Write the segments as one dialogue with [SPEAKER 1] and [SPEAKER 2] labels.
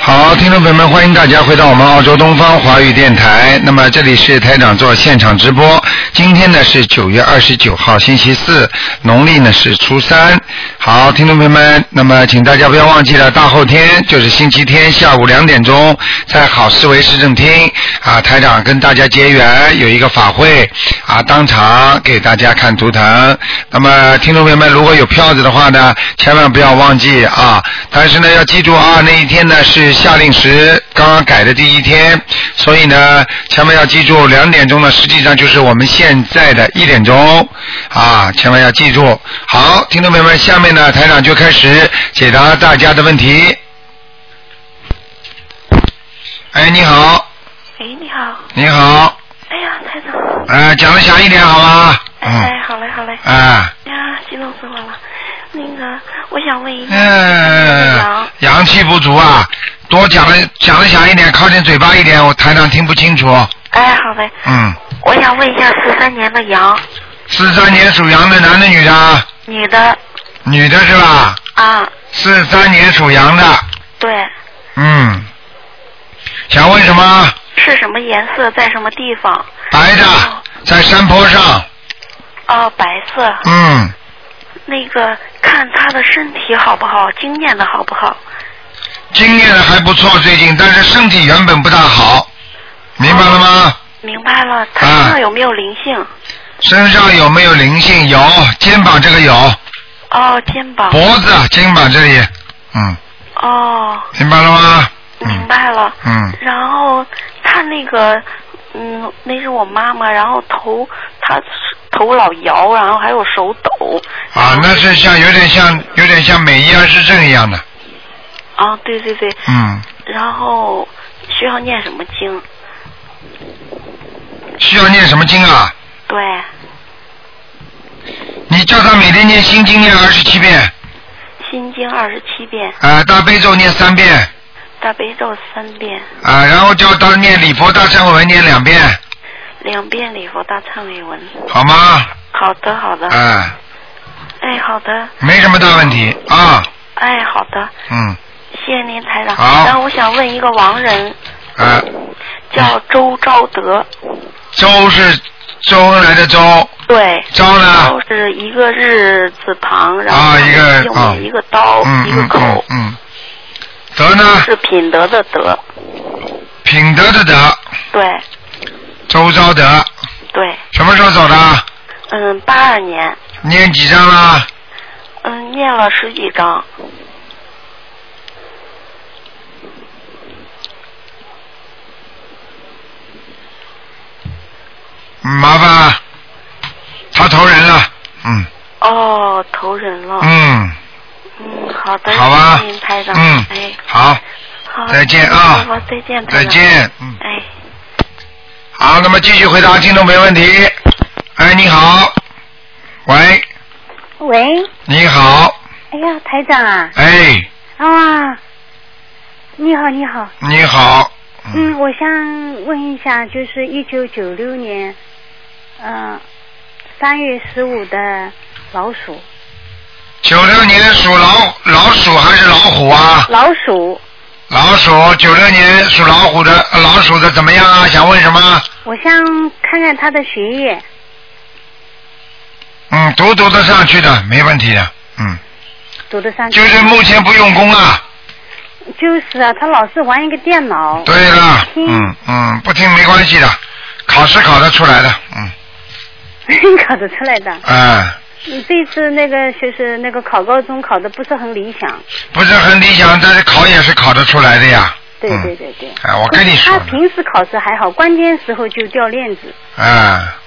[SPEAKER 1] 好，听众朋友们，欢迎大家回到我们澳洲东方华语电台。那么这里是台长做现场直播，今天呢是九月二十九号，星期四，农历呢是初三。好，听众朋友们，那么请大家不要忘记了，大后天就是星期天下午两点钟，在好思维市政厅啊，台长跟大家结缘有一个法会啊，当场给大家看图腾。那么听众朋友们，如果有票子的话呢，千万不要忘记啊，但是呢要记住啊，那一天呢是夏令时刚刚改的第一天，所以呢，千万要记住，两点钟呢实际上就是我们现在的一点钟啊，千万要记住。好，听众朋友们，下面呢台长就开始解答大家的问题。哎，你好，
[SPEAKER 2] 喂，你好。
[SPEAKER 1] 你好，
[SPEAKER 2] 哎呀，台长。
[SPEAKER 1] 呃，讲的响一点好吗？嗯，
[SPEAKER 2] 哎，好嘞，好嘞。
[SPEAKER 1] 啊，
[SPEAKER 2] 哎呀，激动死我了。那个，我想问一下，
[SPEAKER 1] 嗯、
[SPEAKER 2] 阳
[SPEAKER 1] 阳气不足啊，多讲的讲的响一点，靠近嘴巴一点，我台长听不清楚。
[SPEAKER 2] 哎，好嘞，
[SPEAKER 1] 嗯，
[SPEAKER 2] 我想问一下，四三年的羊，
[SPEAKER 1] 四三年属羊的男的女的啊？
[SPEAKER 2] 女的
[SPEAKER 1] 女的是吧？
[SPEAKER 2] 啊，
[SPEAKER 1] 四三年属羊的，
[SPEAKER 2] 对，
[SPEAKER 1] 嗯，想问什么？
[SPEAKER 2] 是什么颜色，在什么地方？
[SPEAKER 1] 白的，在山坡上，
[SPEAKER 2] 哦，白色。
[SPEAKER 1] 嗯，
[SPEAKER 2] 那个，看她的身体好不好，经验的好不好？
[SPEAKER 1] 经验的还不错，最近，但是身体原本不大好，明白了吗？
[SPEAKER 2] 明白了，她
[SPEAKER 1] 啊
[SPEAKER 2] 身上有没有灵性？
[SPEAKER 1] 身上有没有灵性？有，肩膀这个有，
[SPEAKER 2] 哦，肩膀。
[SPEAKER 1] 脖子、啊肩膀这里，嗯，
[SPEAKER 2] 哦，
[SPEAKER 1] 明白了吗？
[SPEAKER 2] 明白了。
[SPEAKER 1] 嗯，
[SPEAKER 2] 然后他那个，嗯，那是我妈妈，然后头她头老摇，然后还有手抖。
[SPEAKER 1] 啊，那是像有点像有点像美伊安氏症一样的，
[SPEAKER 2] 啊，对对对，
[SPEAKER 1] 嗯，
[SPEAKER 2] 然后需要念什么经？
[SPEAKER 1] 需要念什么经啊？
[SPEAKER 2] 对，
[SPEAKER 1] 你叫他每天念心经念二十七遍，
[SPEAKER 2] 心经二十七遍，
[SPEAKER 1] 啊、大悲咒念三遍，
[SPEAKER 2] 大悲咒三遍，
[SPEAKER 1] 啊、然后叫他念礼佛大忏悔文念两遍，
[SPEAKER 2] 两遍礼佛大忏悔文。
[SPEAKER 1] 好吗？
[SPEAKER 2] 好的，好的
[SPEAKER 1] 啊、，
[SPEAKER 2] 哎，好的，
[SPEAKER 1] 没什么大问题啊，
[SPEAKER 2] 哎，好的，
[SPEAKER 1] 嗯，
[SPEAKER 2] 谢谢您台长。
[SPEAKER 1] 好
[SPEAKER 2] 然后我想问一个亡人，
[SPEAKER 1] 啊、
[SPEAKER 2] 叫周昭德，
[SPEAKER 1] 周是周恩来的周，
[SPEAKER 2] 对，
[SPEAKER 1] 招呢？
[SPEAKER 2] 哦就是一个日字旁，然后
[SPEAKER 1] 啊一个
[SPEAKER 2] 右
[SPEAKER 1] 啊
[SPEAKER 2] 面一个刀，
[SPEAKER 1] 嗯
[SPEAKER 2] 一
[SPEAKER 1] 嗯
[SPEAKER 2] 个
[SPEAKER 1] 嗯
[SPEAKER 2] 口，
[SPEAKER 1] 嗯，德呢？
[SPEAKER 2] 是品德的德。
[SPEAKER 1] 品德的德，
[SPEAKER 2] 对
[SPEAKER 1] 周招德，
[SPEAKER 2] 对，
[SPEAKER 1] 什么时候走的？
[SPEAKER 2] 嗯，八二年，
[SPEAKER 1] 念几张了？
[SPEAKER 2] 嗯，念了十几章，
[SPEAKER 1] 嗯麻烦啊，他投人了，嗯
[SPEAKER 2] 哦，投人了。
[SPEAKER 1] 嗯，
[SPEAKER 2] 嗯，好的，
[SPEAKER 1] 好吧
[SPEAKER 2] 谢谢您台长。
[SPEAKER 1] 嗯
[SPEAKER 2] 哎，
[SPEAKER 1] 好，
[SPEAKER 2] 好，
[SPEAKER 1] 再见啊
[SPEAKER 2] 好，再见，台
[SPEAKER 1] 再
[SPEAKER 2] 长。
[SPEAKER 1] 见，嗯。
[SPEAKER 2] 哎，
[SPEAKER 1] 好，那么继续回答听众朋友问题。哎，你好，喂，
[SPEAKER 3] 喂，
[SPEAKER 1] 你好，
[SPEAKER 3] 哎呀，台长啊，
[SPEAKER 1] 哎，
[SPEAKER 3] 啊，你好，你好，
[SPEAKER 1] 你好，嗯，
[SPEAKER 3] 嗯，我想问一下，就是一九九六年，嗯、三月十五的老鼠，
[SPEAKER 1] 九六年属老老鼠还是老虎啊？
[SPEAKER 3] 老鼠，
[SPEAKER 1] 老鼠，九六年属老虎的呃老鼠的怎么样啊？想问什么？
[SPEAKER 3] 我想看看他的学业，
[SPEAKER 1] 嗯，读读得上去的，没问题的，嗯，
[SPEAKER 3] 读得上去
[SPEAKER 1] 就
[SPEAKER 3] 吗
[SPEAKER 1] 是目前不用功啊。
[SPEAKER 3] 就是啊，他老是玩一个电脑，
[SPEAKER 1] 对了，
[SPEAKER 3] 听
[SPEAKER 1] 嗯嗯，不听没关系的，考试考得出来的，嗯，
[SPEAKER 3] 考得出来的。
[SPEAKER 1] 哎，
[SPEAKER 3] 你这次那个就是那个考高中考的不是很理想，
[SPEAKER 1] 不是很理想，但是考也是考得出来的呀。
[SPEAKER 3] 对
[SPEAKER 1] 嗯
[SPEAKER 3] 对对对。
[SPEAKER 1] 哎，我跟你说
[SPEAKER 3] 他
[SPEAKER 1] 呢，
[SPEAKER 3] 平时考试还好，关键时候就掉链子。
[SPEAKER 1] 啊，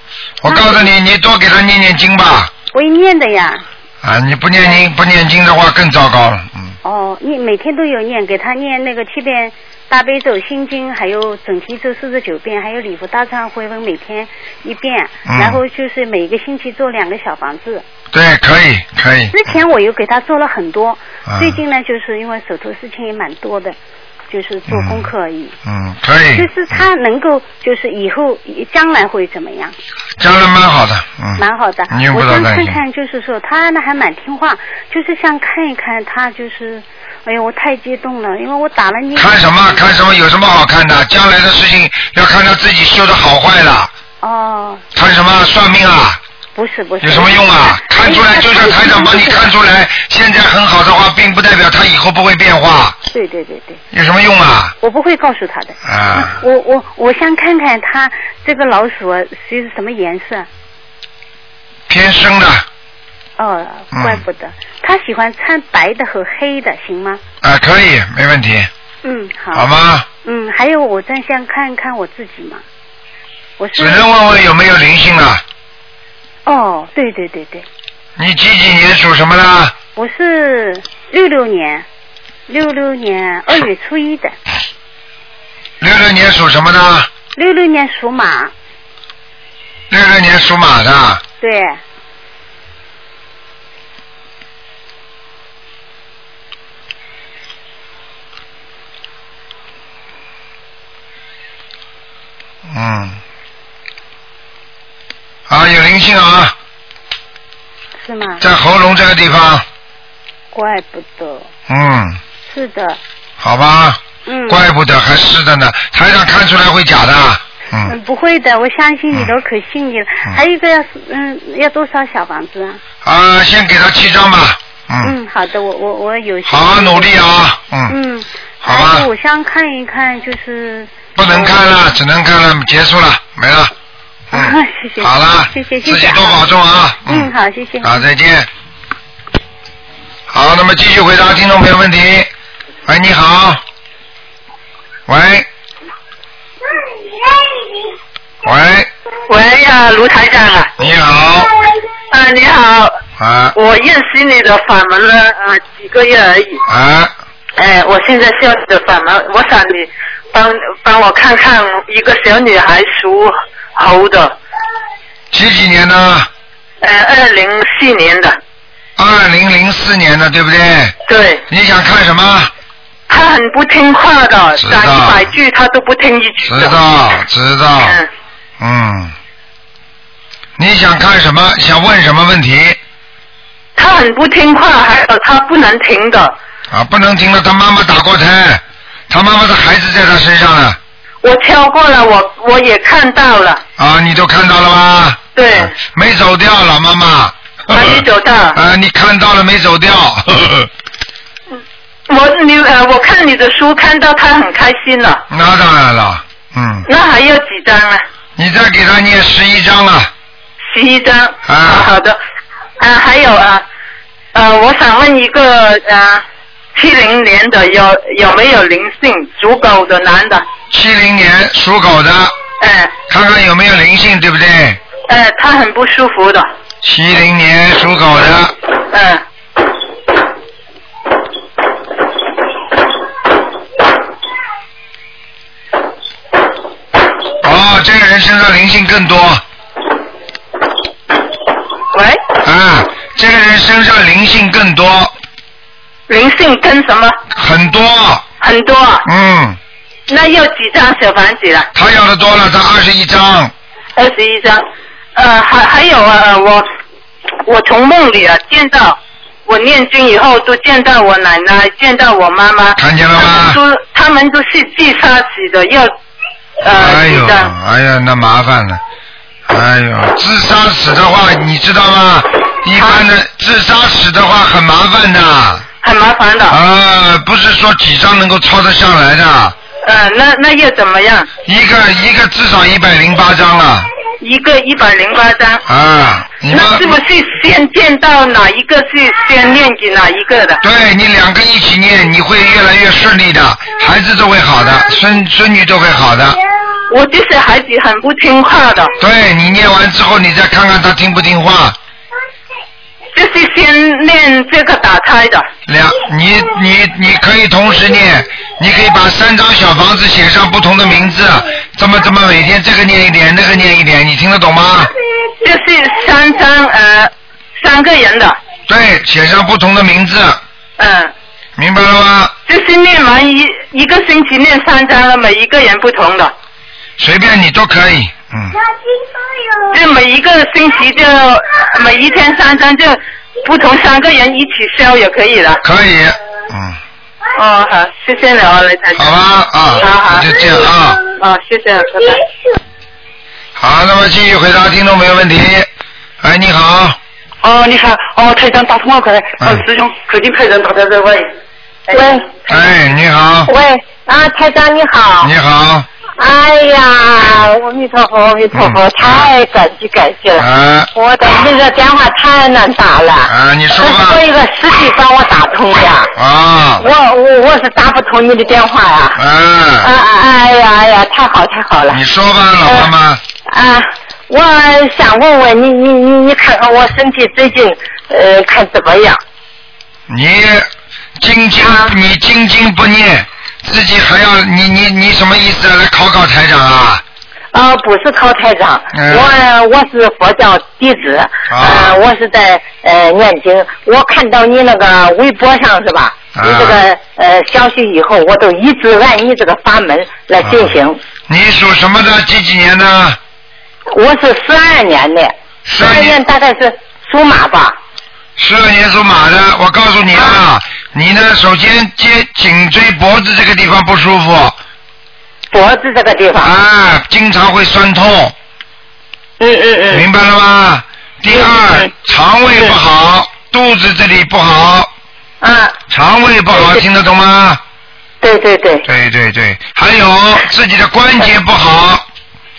[SPEAKER 1] 我告诉你，你多给他念念经吧。
[SPEAKER 3] 我也念的呀。
[SPEAKER 1] 啊，你不念经不念经的话更糟糕了。嗯，
[SPEAKER 3] 哦，你每天都有念，给他念那个七遍大悲咒、心经，还有准提咒四十九遍，还有礼佛大忏悔文每天一遍，
[SPEAKER 1] 嗯
[SPEAKER 3] 然后就是每个星期做两个小房子。
[SPEAKER 1] 对，可以可以。
[SPEAKER 3] 之前我又给他做了很多，
[SPEAKER 1] 嗯
[SPEAKER 3] 最近呢，就是因为手头事情也蛮多的，就是做功课而已。
[SPEAKER 1] 嗯，可以
[SPEAKER 3] 就。是他能够，就是以后将来会怎么样？
[SPEAKER 1] 将来蛮好的，嗯。
[SPEAKER 3] 蛮好的。
[SPEAKER 1] 你用不
[SPEAKER 3] 我
[SPEAKER 1] 着
[SPEAKER 3] 想
[SPEAKER 1] 担
[SPEAKER 3] 看
[SPEAKER 1] 心。
[SPEAKER 3] 看，就是说他呢还蛮听话，就是想看一看他就是哎呦，我太激动了，因为我打了你。
[SPEAKER 1] 看什么？看什么？有什么好看的？将来的事情要看他自己修的好坏了。
[SPEAKER 3] 哦，
[SPEAKER 1] 看什么？算命啊？
[SPEAKER 3] 不是不是。
[SPEAKER 1] 有什么用 啊？
[SPEAKER 3] 哎
[SPEAKER 1] 看出来就像台长帮你看出来，现在很好的话，并不代表他以后不会变化，
[SPEAKER 3] 对对对对，
[SPEAKER 1] 有什么用啊？
[SPEAKER 3] 我不会告诉他的。
[SPEAKER 1] 啊，
[SPEAKER 3] 我我我想看看他这个老鼠啊是什么颜色。
[SPEAKER 1] 偏生的
[SPEAKER 3] 哦，
[SPEAKER 1] 嗯
[SPEAKER 3] 怪不得、他喜欢穿白的和黑的，行吗？
[SPEAKER 1] 啊，可以，没问题，
[SPEAKER 3] 嗯，好。
[SPEAKER 1] 好吗？
[SPEAKER 3] 嗯，还有我真想看看我自己嘛。我是
[SPEAKER 1] 只能问问有没有灵性了。
[SPEAKER 3] 哦，对对对对，
[SPEAKER 1] 你几几年属什么啦？
[SPEAKER 3] 我是六六年，六六年二月初一的，
[SPEAKER 1] 六六年属什么呢？
[SPEAKER 3] 六六年属马，
[SPEAKER 1] 六六年属马的，
[SPEAKER 3] 对，
[SPEAKER 1] 嗯，啊，有灵性啊，
[SPEAKER 3] 是吗？
[SPEAKER 1] 在喉咙这个地方，
[SPEAKER 3] 怪不得，
[SPEAKER 1] 嗯，
[SPEAKER 3] 是的，
[SPEAKER 1] 好吧，
[SPEAKER 3] 嗯。
[SPEAKER 1] 怪不得还是的呢，台上看出来会假的，嗯，
[SPEAKER 3] 嗯，不会的，我相信你的，我可信你了。
[SPEAKER 1] 嗯
[SPEAKER 3] 还有一个要是，嗯，要多少小房子啊？
[SPEAKER 1] 啊，先给他七张吧，嗯，
[SPEAKER 3] 嗯，好的，我我我有。
[SPEAKER 1] 好好努力。啊，嗯，
[SPEAKER 3] 嗯，
[SPEAKER 1] 好
[SPEAKER 3] 还
[SPEAKER 1] 吧
[SPEAKER 3] 有，我想看一看，就是。
[SPEAKER 1] 不能看了，只能看了，结束了，没了，嗯
[SPEAKER 3] 谢谢，
[SPEAKER 1] 好了，
[SPEAKER 3] 谢谢，谢谢
[SPEAKER 1] 自己
[SPEAKER 3] 啊
[SPEAKER 1] 多保重啊，
[SPEAKER 3] 嗯，好，谢谢。
[SPEAKER 1] 好，再见。好，那么继续回答听众朋友问题。喂，你好。喂。喂，
[SPEAKER 4] 喂呀、卢台长啊，
[SPEAKER 1] 你好。
[SPEAKER 4] 啊你好，
[SPEAKER 1] 啊
[SPEAKER 4] 我认识你的法门了啊几个月而已，
[SPEAKER 1] 啊，
[SPEAKER 4] 哎，我现在修你的法门，我想你帮帮我看看一个小女孩属猴的，
[SPEAKER 1] 几几年呢？
[SPEAKER 4] 呃，二零四年的，
[SPEAKER 1] 二零零四年的，对不对？
[SPEAKER 4] 对，
[SPEAKER 1] 你想看什么？
[SPEAKER 4] 她很不听话的，
[SPEAKER 1] 知道
[SPEAKER 4] 讲一百句她都不听一句
[SPEAKER 1] 知
[SPEAKER 4] 的，
[SPEAKER 1] 道，知道。
[SPEAKER 4] 嗯，
[SPEAKER 1] 嗯。你想看什么？想问什么问题？
[SPEAKER 4] 她很不听话，还有她不能停的，
[SPEAKER 1] 啊，不能听了，他妈妈打过胎，他妈妈的孩子在他身上啊了。
[SPEAKER 4] 我敲过了，我我也看到了，
[SPEAKER 1] 啊，你都看到了吗？
[SPEAKER 4] 对，
[SPEAKER 1] 没走掉，老妈妈。
[SPEAKER 4] 还没走到。
[SPEAKER 1] 啊，你看到了没走掉？
[SPEAKER 4] 我你呃，我看你的书看到他很开心了，
[SPEAKER 1] 那当然了，嗯，
[SPEAKER 4] 那还要几张啊？
[SPEAKER 1] 你再给他念十一章啊了。
[SPEAKER 4] 十一张。啊好的。啊，还有啊，呃，我想问一个呃，七零年的有有没有灵性属狗的男的？
[SPEAKER 1] 七零年属狗的，
[SPEAKER 4] 哎、
[SPEAKER 1] 看看有没有灵性，对不对？
[SPEAKER 4] 呃，他很不舒服的，
[SPEAKER 1] 七零年属狗的，
[SPEAKER 4] 嗯、
[SPEAKER 1] 哦，这个人身上灵性更多，
[SPEAKER 4] 喂，
[SPEAKER 1] 啊，这个人身上灵性更多，
[SPEAKER 4] 灵性跟什么
[SPEAKER 1] 很多，
[SPEAKER 4] 很多啊？
[SPEAKER 1] 嗯，
[SPEAKER 4] 那要几张小房子了？
[SPEAKER 1] 他要的多了，他二十一章，
[SPEAKER 4] 二十一张。呃，还还有啊，呃我我从梦里啊见到我念经以后，都见到我奶奶，见到我妈妈。
[SPEAKER 1] 看见了
[SPEAKER 4] 他们
[SPEAKER 1] 吗？
[SPEAKER 4] 都他们都是自杀死的，要
[SPEAKER 1] 哎
[SPEAKER 4] 呃
[SPEAKER 1] 呦，
[SPEAKER 4] 几张？
[SPEAKER 1] 哎呀，那麻烦了。哎呦，自杀死的话，你知道吗？一般
[SPEAKER 4] 啊
[SPEAKER 1] 的自杀死的话很麻烦的，
[SPEAKER 4] 很麻烦的。
[SPEAKER 1] 啊，不是说几张能够抄得上来的，
[SPEAKER 4] 呃，那那要怎么样？
[SPEAKER 1] 一个一个至少一百零八张了，
[SPEAKER 4] 一个一百零八张。
[SPEAKER 1] 啊，你们
[SPEAKER 4] 那是不是先见到哪一个是先念给哪一个的？
[SPEAKER 1] 对你两个一起念，你会越来越顺利的，孩子都会好的，孙孙女都会好的。
[SPEAKER 4] 我就是孩子很不听话的，
[SPEAKER 1] 对你念完之后，你再看看他听不听话。
[SPEAKER 4] 就是先念这个打胎的。
[SPEAKER 1] 两，你你你可以同时念，你可以把三张小房子写上不同的名字，这么这么每天这个念一点，那个念一点，你听得懂吗？
[SPEAKER 4] 就是三张呃三个人的，
[SPEAKER 1] 对，写上不同的名字，
[SPEAKER 4] 嗯、
[SPEAKER 1] 明白了吗？
[SPEAKER 4] 就是念完一一个星期念三张了，每一个人不同的，
[SPEAKER 1] 随便你都可以，嗯，
[SPEAKER 4] 就每一个星期就每一天三张，就不同三个人一起烧也可以了。
[SPEAKER 1] 可以，嗯，
[SPEAKER 5] 哦，好，谢谢你啊，雷台长。
[SPEAKER 1] 好吧啊
[SPEAKER 5] 好好，
[SPEAKER 1] 就这样啊。
[SPEAKER 4] 嗯
[SPEAKER 5] 哦，谢谢，拜拜。
[SPEAKER 1] 好，那么继续回答听众朋友问题。哎，你好，
[SPEAKER 6] 哦，你好，哦，台长打通了，快，哦，
[SPEAKER 1] 嗯
[SPEAKER 6] 师兄，可劲派人打在这喂。
[SPEAKER 7] 喂
[SPEAKER 1] 哎，你好，
[SPEAKER 7] 喂，啊，台长你好
[SPEAKER 1] 你。好，
[SPEAKER 7] 哎呀，阿弥陀佛，阿
[SPEAKER 1] 嗯
[SPEAKER 7] 弥陀佛，太感激感谢了。
[SPEAKER 1] 啊
[SPEAKER 7] 我的那个电话太难打了，
[SPEAKER 1] 啊，你说
[SPEAKER 7] 但是
[SPEAKER 1] 吧
[SPEAKER 7] 我，有个司机帮我打通的，
[SPEAKER 1] 啊
[SPEAKER 7] 我我我是打不通你的电话呀。啊
[SPEAKER 1] 啊，
[SPEAKER 7] 啊哎呀哎呀，太好太好了
[SPEAKER 1] 你说吧，老妈妈，嗯
[SPEAKER 7] 啊！我想问问你，你你你看看我身体最近呃看怎么样？
[SPEAKER 1] 你经经
[SPEAKER 7] 啊
[SPEAKER 1] 你经经不念，自己还要你你你什么意思啊？来考考台长啊？
[SPEAKER 7] 啊，不是考台长，
[SPEAKER 1] 嗯
[SPEAKER 7] 啊
[SPEAKER 1] 啊
[SPEAKER 7] 我我是佛教弟子，呃，我是在呃念经。我看到你那个微博上是吧？
[SPEAKER 1] 啊
[SPEAKER 7] 你这个呃消息以后，我都一直按你这个法门来进行。
[SPEAKER 1] 你属什么的？几几年的？
[SPEAKER 7] 我是十二年的，十
[SPEAKER 1] 12
[SPEAKER 7] 二年大概是属马吧。
[SPEAKER 1] 十二年属马的，我告诉你啊，你呢，首先肩、颈椎、脖子这个地方不舒
[SPEAKER 7] 啊
[SPEAKER 1] 服，
[SPEAKER 7] 脖子这个地方，
[SPEAKER 1] 啊，经常会酸痛，
[SPEAKER 7] 嗯嗯嗯，
[SPEAKER 1] 明白了吗？第二
[SPEAKER 7] 嗯，
[SPEAKER 1] 肠胃不好，肚子这里不好，
[SPEAKER 7] 啊，
[SPEAKER 1] 肠胃不好，
[SPEAKER 7] 对对
[SPEAKER 1] 听得懂吗？
[SPEAKER 7] 对对对，
[SPEAKER 1] 对对对，还有自己的关节不好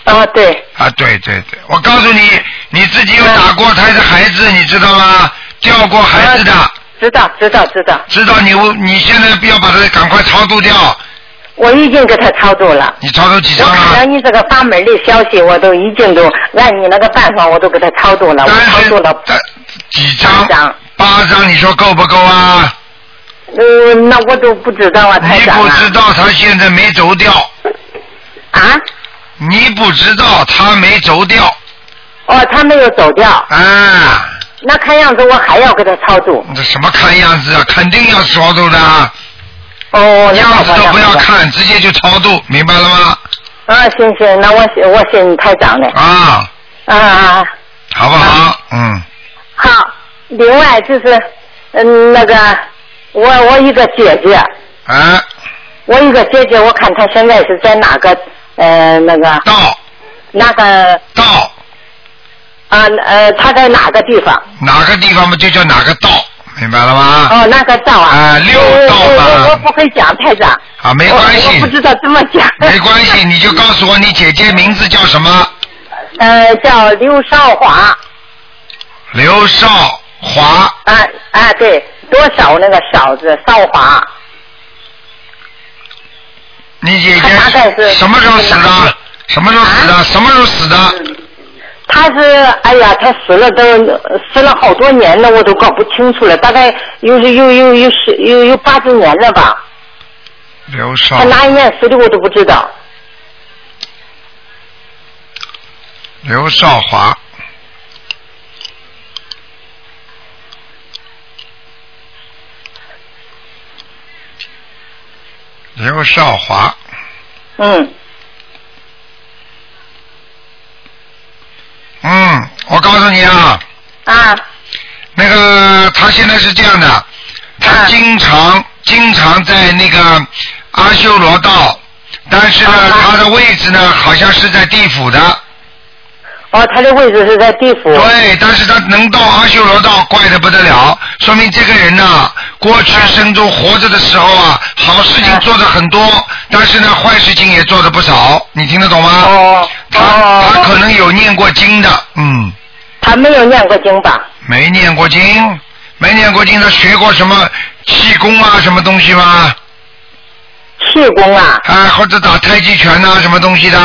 [SPEAKER 7] 啊对，
[SPEAKER 1] 啊，对对对，我告诉你，你自己有打过胎的孩子，你知道吗？掉过孩子的
[SPEAKER 7] 啊，知道知道知道，
[SPEAKER 1] 知道你你现在要把它赶快超度掉，
[SPEAKER 7] 我已经给他操作了。
[SPEAKER 1] 你超度几
[SPEAKER 7] 我
[SPEAKER 1] 张啊
[SPEAKER 7] 看到
[SPEAKER 1] 了？
[SPEAKER 7] 你这个法门的消息，我都已经都按你那个办法，我都给他操作了，我
[SPEAKER 1] 但
[SPEAKER 7] 操
[SPEAKER 1] 是
[SPEAKER 7] 作了。
[SPEAKER 1] 但几
[SPEAKER 7] 八张
[SPEAKER 1] 张？八张，你说够不够啊？
[SPEAKER 7] 呃，那我都不知道啊，台
[SPEAKER 1] 你
[SPEAKER 7] 长
[SPEAKER 1] 不
[SPEAKER 7] 啊。
[SPEAKER 1] 知道他现在没走掉，
[SPEAKER 7] 啊？
[SPEAKER 1] 你不知道他没走掉
[SPEAKER 7] 哦，他没有走掉，
[SPEAKER 1] 啊？
[SPEAKER 7] 那看样子我还要给他操作。
[SPEAKER 1] 这什么看样子啊？肯定要超度的啊，
[SPEAKER 7] 哦，那
[SPEAKER 1] 样
[SPEAKER 7] 好
[SPEAKER 1] 子
[SPEAKER 7] 吧，
[SPEAKER 1] 都
[SPEAKER 7] 那
[SPEAKER 1] 不要
[SPEAKER 7] 好吧。
[SPEAKER 1] 看，直接就超度，明白了吗？
[SPEAKER 7] 啊，行行，那我谢我谢你台长了。
[SPEAKER 1] 啊，
[SPEAKER 7] 啊啊，啊
[SPEAKER 1] 好不好？嗯，
[SPEAKER 7] 好。另外就是，嗯，那个，我我一个姐姐，
[SPEAKER 1] 啊，
[SPEAKER 7] 我一个姐姐，我看她现在是在哪个呃那个
[SPEAKER 1] 到
[SPEAKER 7] 那个
[SPEAKER 1] 到
[SPEAKER 7] 啊呃，他在哪个地方？
[SPEAKER 1] 哪个地方嘛，就叫哪个道，明白了吗？
[SPEAKER 7] 哦，那个道啊。
[SPEAKER 1] 啊六道
[SPEAKER 7] 我
[SPEAKER 1] 吧
[SPEAKER 7] 我我不会讲台长。
[SPEAKER 1] 啊，没关
[SPEAKER 7] 我
[SPEAKER 1] 系
[SPEAKER 7] 我不，知道怎么讲。
[SPEAKER 1] 没关系，你就告诉我你姐姐名字叫什么？
[SPEAKER 7] 呃，叫刘少华，
[SPEAKER 1] 刘少华，
[SPEAKER 7] 啊啊，对，多少那个少字少华，
[SPEAKER 1] 你姐
[SPEAKER 7] 她大概
[SPEAKER 1] 姐
[SPEAKER 7] 是
[SPEAKER 1] 什么时候死的？什么时候死
[SPEAKER 7] 啊
[SPEAKER 1] 的？什么时候死的？
[SPEAKER 7] 他是哎呀，他死了都死了好多年了，我都搞不清楚了，大概有有有有十有有八九年了吧。
[SPEAKER 1] 刘少
[SPEAKER 7] 他哪一年死的我都不知道。
[SPEAKER 1] 刘少华。刘少华，
[SPEAKER 7] 嗯，
[SPEAKER 1] 嗯，我告诉你啊，
[SPEAKER 7] 啊
[SPEAKER 1] 那个他现在是这样的，他
[SPEAKER 7] 啊
[SPEAKER 1] 经常、经常在那个阿修罗道，但是呢，
[SPEAKER 7] 啊啊
[SPEAKER 1] 他的位置呢好像是在地府的，
[SPEAKER 7] 哦，他的位置是在地府。
[SPEAKER 1] 对，但是他能到阿修罗道，怪得不得了，说明这个人呐、过去生中活着的时候啊，好事情做的很多，但是呢，坏事情也做的不少，你听得懂吗？
[SPEAKER 7] 哦
[SPEAKER 1] 他
[SPEAKER 7] 哦
[SPEAKER 1] 他可能有念过经的，嗯，
[SPEAKER 7] 他没有念过经吧？
[SPEAKER 1] 没念过经，没念过经，他学过什么气功啊，什么东西吗？
[SPEAKER 7] 气功啊，
[SPEAKER 1] 啊，或者打太极拳啊呐、什么东西的？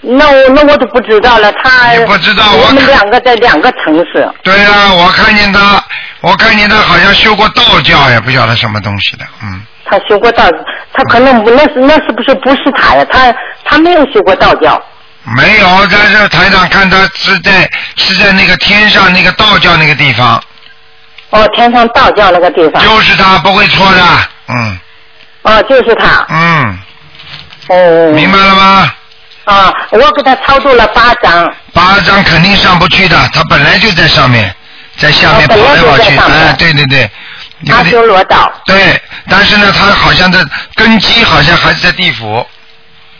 [SPEAKER 7] 那我那我都不知道了。他
[SPEAKER 1] 你不知道我
[SPEAKER 7] 我们
[SPEAKER 1] 看
[SPEAKER 7] 两个在两个城市。
[SPEAKER 1] 对呀、我看见他，我看见他好像修过道教，也不晓得什么东西的，嗯。
[SPEAKER 7] 他学过道，他可能不那是那是不是不是他呀？他他没有学过道教。
[SPEAKER 1] 没有，但是台长看他是在是在那个天上那个道教那个地方，
[SPEAKER 7] 哦，天上道教那个地方。
[SPEAKER 1] 就是他不会错的，嗯
[SPEAKER 7] 哦，就是他。
[SPEAKER 1] 嗯，
[SPEAKER 7] 哦。
[SPEAKER 1] 明白。了吗？
[SPEAKER 7] 啊，我给他操作了八张。
[SPEAKER 1] 八张肯定上不去的，他本来就在上面，在下面
[SPEAKER 7] 哦
[SPEAKER 1] 跑
[SPEAKER 7] 本来
[SPEAKER 1] 来
[SPEAKER 7] 就
[SPEAKER 1] 跑
[SPEAKER 7] 在
[SPEAKER 1] 去，
[SPEAKER 7] 上面
[SPEAKER 1] 哎，对对对，
[SPEAKER 7] 阿修罗道。
[SPEAKER 1] 对，但是呢，他好像在根基好像还是在地府。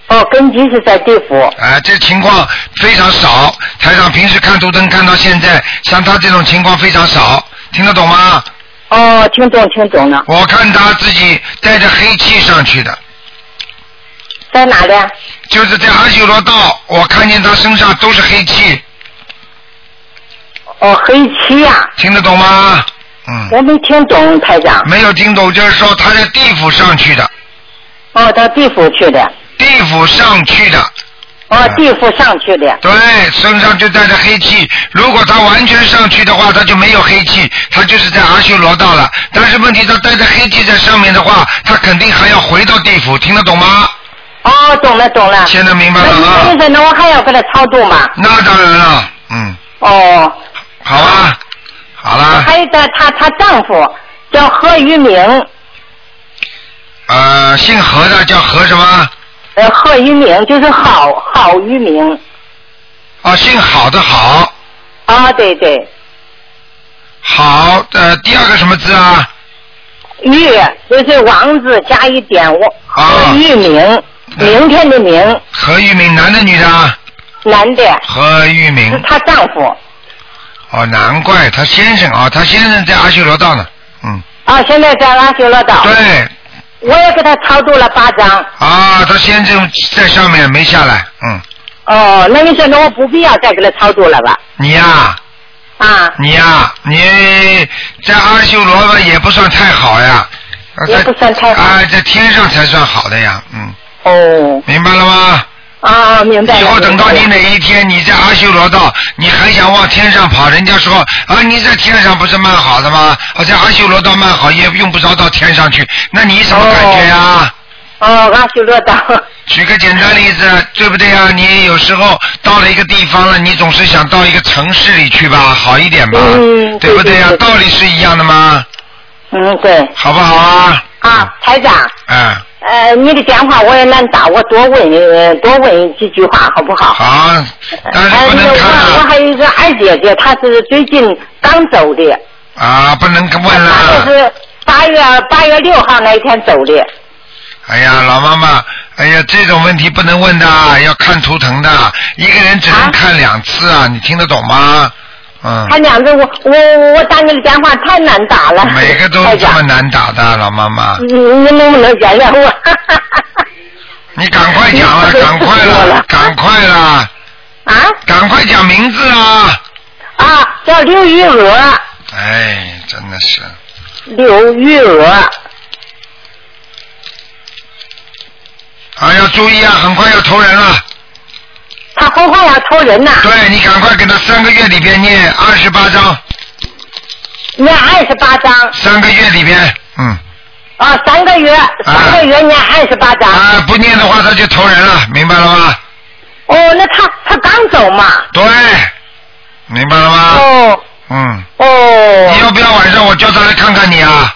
[SPEAKER 7] 哦，根基是在地府。
[SPEAKER 1] 啊，这情况非常少。台上平时看图腾看到现在，像他这种情况非常少，听得懂吗？
[SPEAKER 7] 哦，听懂听懂了。
[SPEAKER 1] 我看他自己带着黑气上去的。
[SPEAKER 7] 在哪里？啊
[SPEAKER 1] 就是在阿修罗道，我看见他身上都是黑气。
[SPEAKER 7] 哦，黑气呀、
[SPEAKER 1] 听得懂吗？嗯。
[SPEAKER 7] 我没听懂，台长。
[SPEAKER 1] 没有听懂，就是说他在地府上去的，
[SPEAKER 7] 哦，到地府去的。
[SPEAKER 1] 地府上去的，
[SPEAKER 7] 哦，
[SPEAKER 1] 嗯
[SPEAKER 7] 地府上去的。
[SPEAKER 1] 对，身上就带着黑气。如果他完全上去的话，他就没有黑气，他就是在阿修罗道了。但是问题，他带着黑气在上面的话，他肯定还要回到地府，听得懂吗？
[SPEAKER 7] 哦，懂了懂了。
[SPEAKER 1] 现在明白
[SPEAKER 7] 那
[SPEAKER 1] 了啊
[SPEAKER 7] 意？思呢？我还要给他超度嘛？
[SPEAKER 1] 那当然了，嗯，
[SPEAKER 7] 哦，
[SPEAKER 1] 好啊，好啦，
[SPEAKER 7] 还有一个她她丈夫叫何玉明，
[SPEAKER 1] 呃，姓何的叫何什么？
[SPEAKER 7] 呃，何玉明就是郝郝玉明。
[SPEAKER 1] 啊，姓郝的郝，
[SPEAKER 7] 啊，对对，
[SPEAKER 1] 郝呃，第二个什么字啊？
[SPEAKER 7] 玉就是王字加一点我
[SPEAKER 1] 啊嗯
[SPEAKER 7] 何玉明，明天的明，
[SPEAKER 1] 何玉明，男的女的啊？
[SPEAKER 7] 男的
[SPEAKER 1] 何玉明
[SPEAKER 7] 是，她丈夫。
[SPEAKER 1] 哦，难怪他先生啊，他先生在阿修罗道呢。嗯，
[SPEAKER 7] 啊，现在在阿修罗道。
[SPEAKER 1] 对，
[SPEAKER 7] 我也给他超度了八张。
[SPEAKER 1] 啊，他先生在上面没下来。嗯，
[SPEAKER 7] 哦，那你说那我不必要再给他超度了吧？
[SPEAKER 1] 你呀、
[SPEAKER 7] 啊，
[SPEAKER 1] 你呀、你在阿修罗吧也不算太好呀，呃
[SPEAKER 7] 也
[SPEAKER 1] 在
[SPEAKER 7] 不算太好
[SPEAKER 1] 啊，在天上才算好的呀。嗯，
[SPEAKER 7] 哦，
[SPEAKER 1] 明白了吗？
[SPEAKER 7] 啊，明白了。
[SPEAKER 1] 以后等到你
[SPEAKER 7] 明白了
[SPEAKER 1] 哪一天你在阿修罗道，你还想往天上跑，人家说啊你在天上不是蛮好的吗？啊在阿修罗道蛮好，也用不着到天上去，那你什么感觉呀、
[SPEAKER 7] 哦，阿修罗道。
[SPEAKER 1] 举个简单例子，对不对啊？你有时候到了一个地方啊了，你总是想到一个城市里去吧，好一点吧，
[SPEAKER 7] 嗯
[SPEAKER 1] 对不对呀、
[SPEAKER 7] 对对对
[SPEAKER 1] 道理是一样的吗？
[SPEAKER 7] 嗯，对。
[SPEAKER 1] 好不好啊？
[SPEAKER 7] 啊，台长，
[SPEAKER 1] 嗯，
[SPEAKER 7] 呃，你的电话我也难打，我多问呃多问几句话好不好？
[SPEAKER 1] 好，但是
[SPEAKER 7] 还有
[SPEAKER 1] 不能看啊
[SPEAKER 7] 我我
[SPEAKER 1] 了
[SPEAKER 7] 还哎有一个二姐姐，她是最近刚走的，
[SPEAKER 1] 啊，不能问啊
[SPEAKER 7] 她
[SPEAKER 1] 了
[SPEAKER 7] 就。是八月八月六号那一天走的。
[SPEAKER 1] 哎呀，老妈妈，哎呀，这种问题不能问的，啊要看图腾的，一个人只能
[SPEAKER 7] 啊
[SPEAKER 1] 看两次啊，你听得懂吗？嗯，
[SPEAKER 7] 她娘子，我我我打你的电话太难打了，嗯
[SPEAKER 1] 每个都
[SPEAKER 7] 台
[SPEAKER 1] 这
[SPEAKER 7] 长
[SPEAKER 1] 么难打的，啊老妈妈，
[SPEAKER 7] 你你能不能原谅我？
[SPEAKER 1] 你赶快讲啊，
[SPEAKER 7] 你
[SPEAKER 1] 赶快
[SPEAKER 7] 我
[SPEAKER 1] 了
[SPEAKER 7] 了，
[SPEAKER 1] 赶快了，
[SPEAKER 7] 啊
[SPEAKER 1] 赶快讲名字啊！
[SPEAKER 7] 啊，叫刘玉娥，
[SPEAKER 1] 哎，真的是，
[SPEAKER 7] 刘玉娥，
[SPEAKER 1] 啊，要注意啊，很快要投人了。
[SPEAKER 7] 她很快要投人呐、
[SPEAKER 1] 对你赶快给他三个月里边念二十八章，
[SPEAKER 7] 念二十八章，
[SPEAKER 1] 三个月里边，嗯，
[SPEAKER 7] 啊，三个月，三个月念二十八章。
[SPEAKER 1] 啊，不念的话他就投人了，明白了吗？
[SPEAKER 7] 哦，那她她刚走嘛。
[SPEAKER 1] 对，明白了吗？
[SPEAKER 7] 哦
[SPEAKER 1] 嗯。啊你要
[SPEAKER 7] 哦，
[SPEAKER 1] 不要晚上我叫他来看看你啊？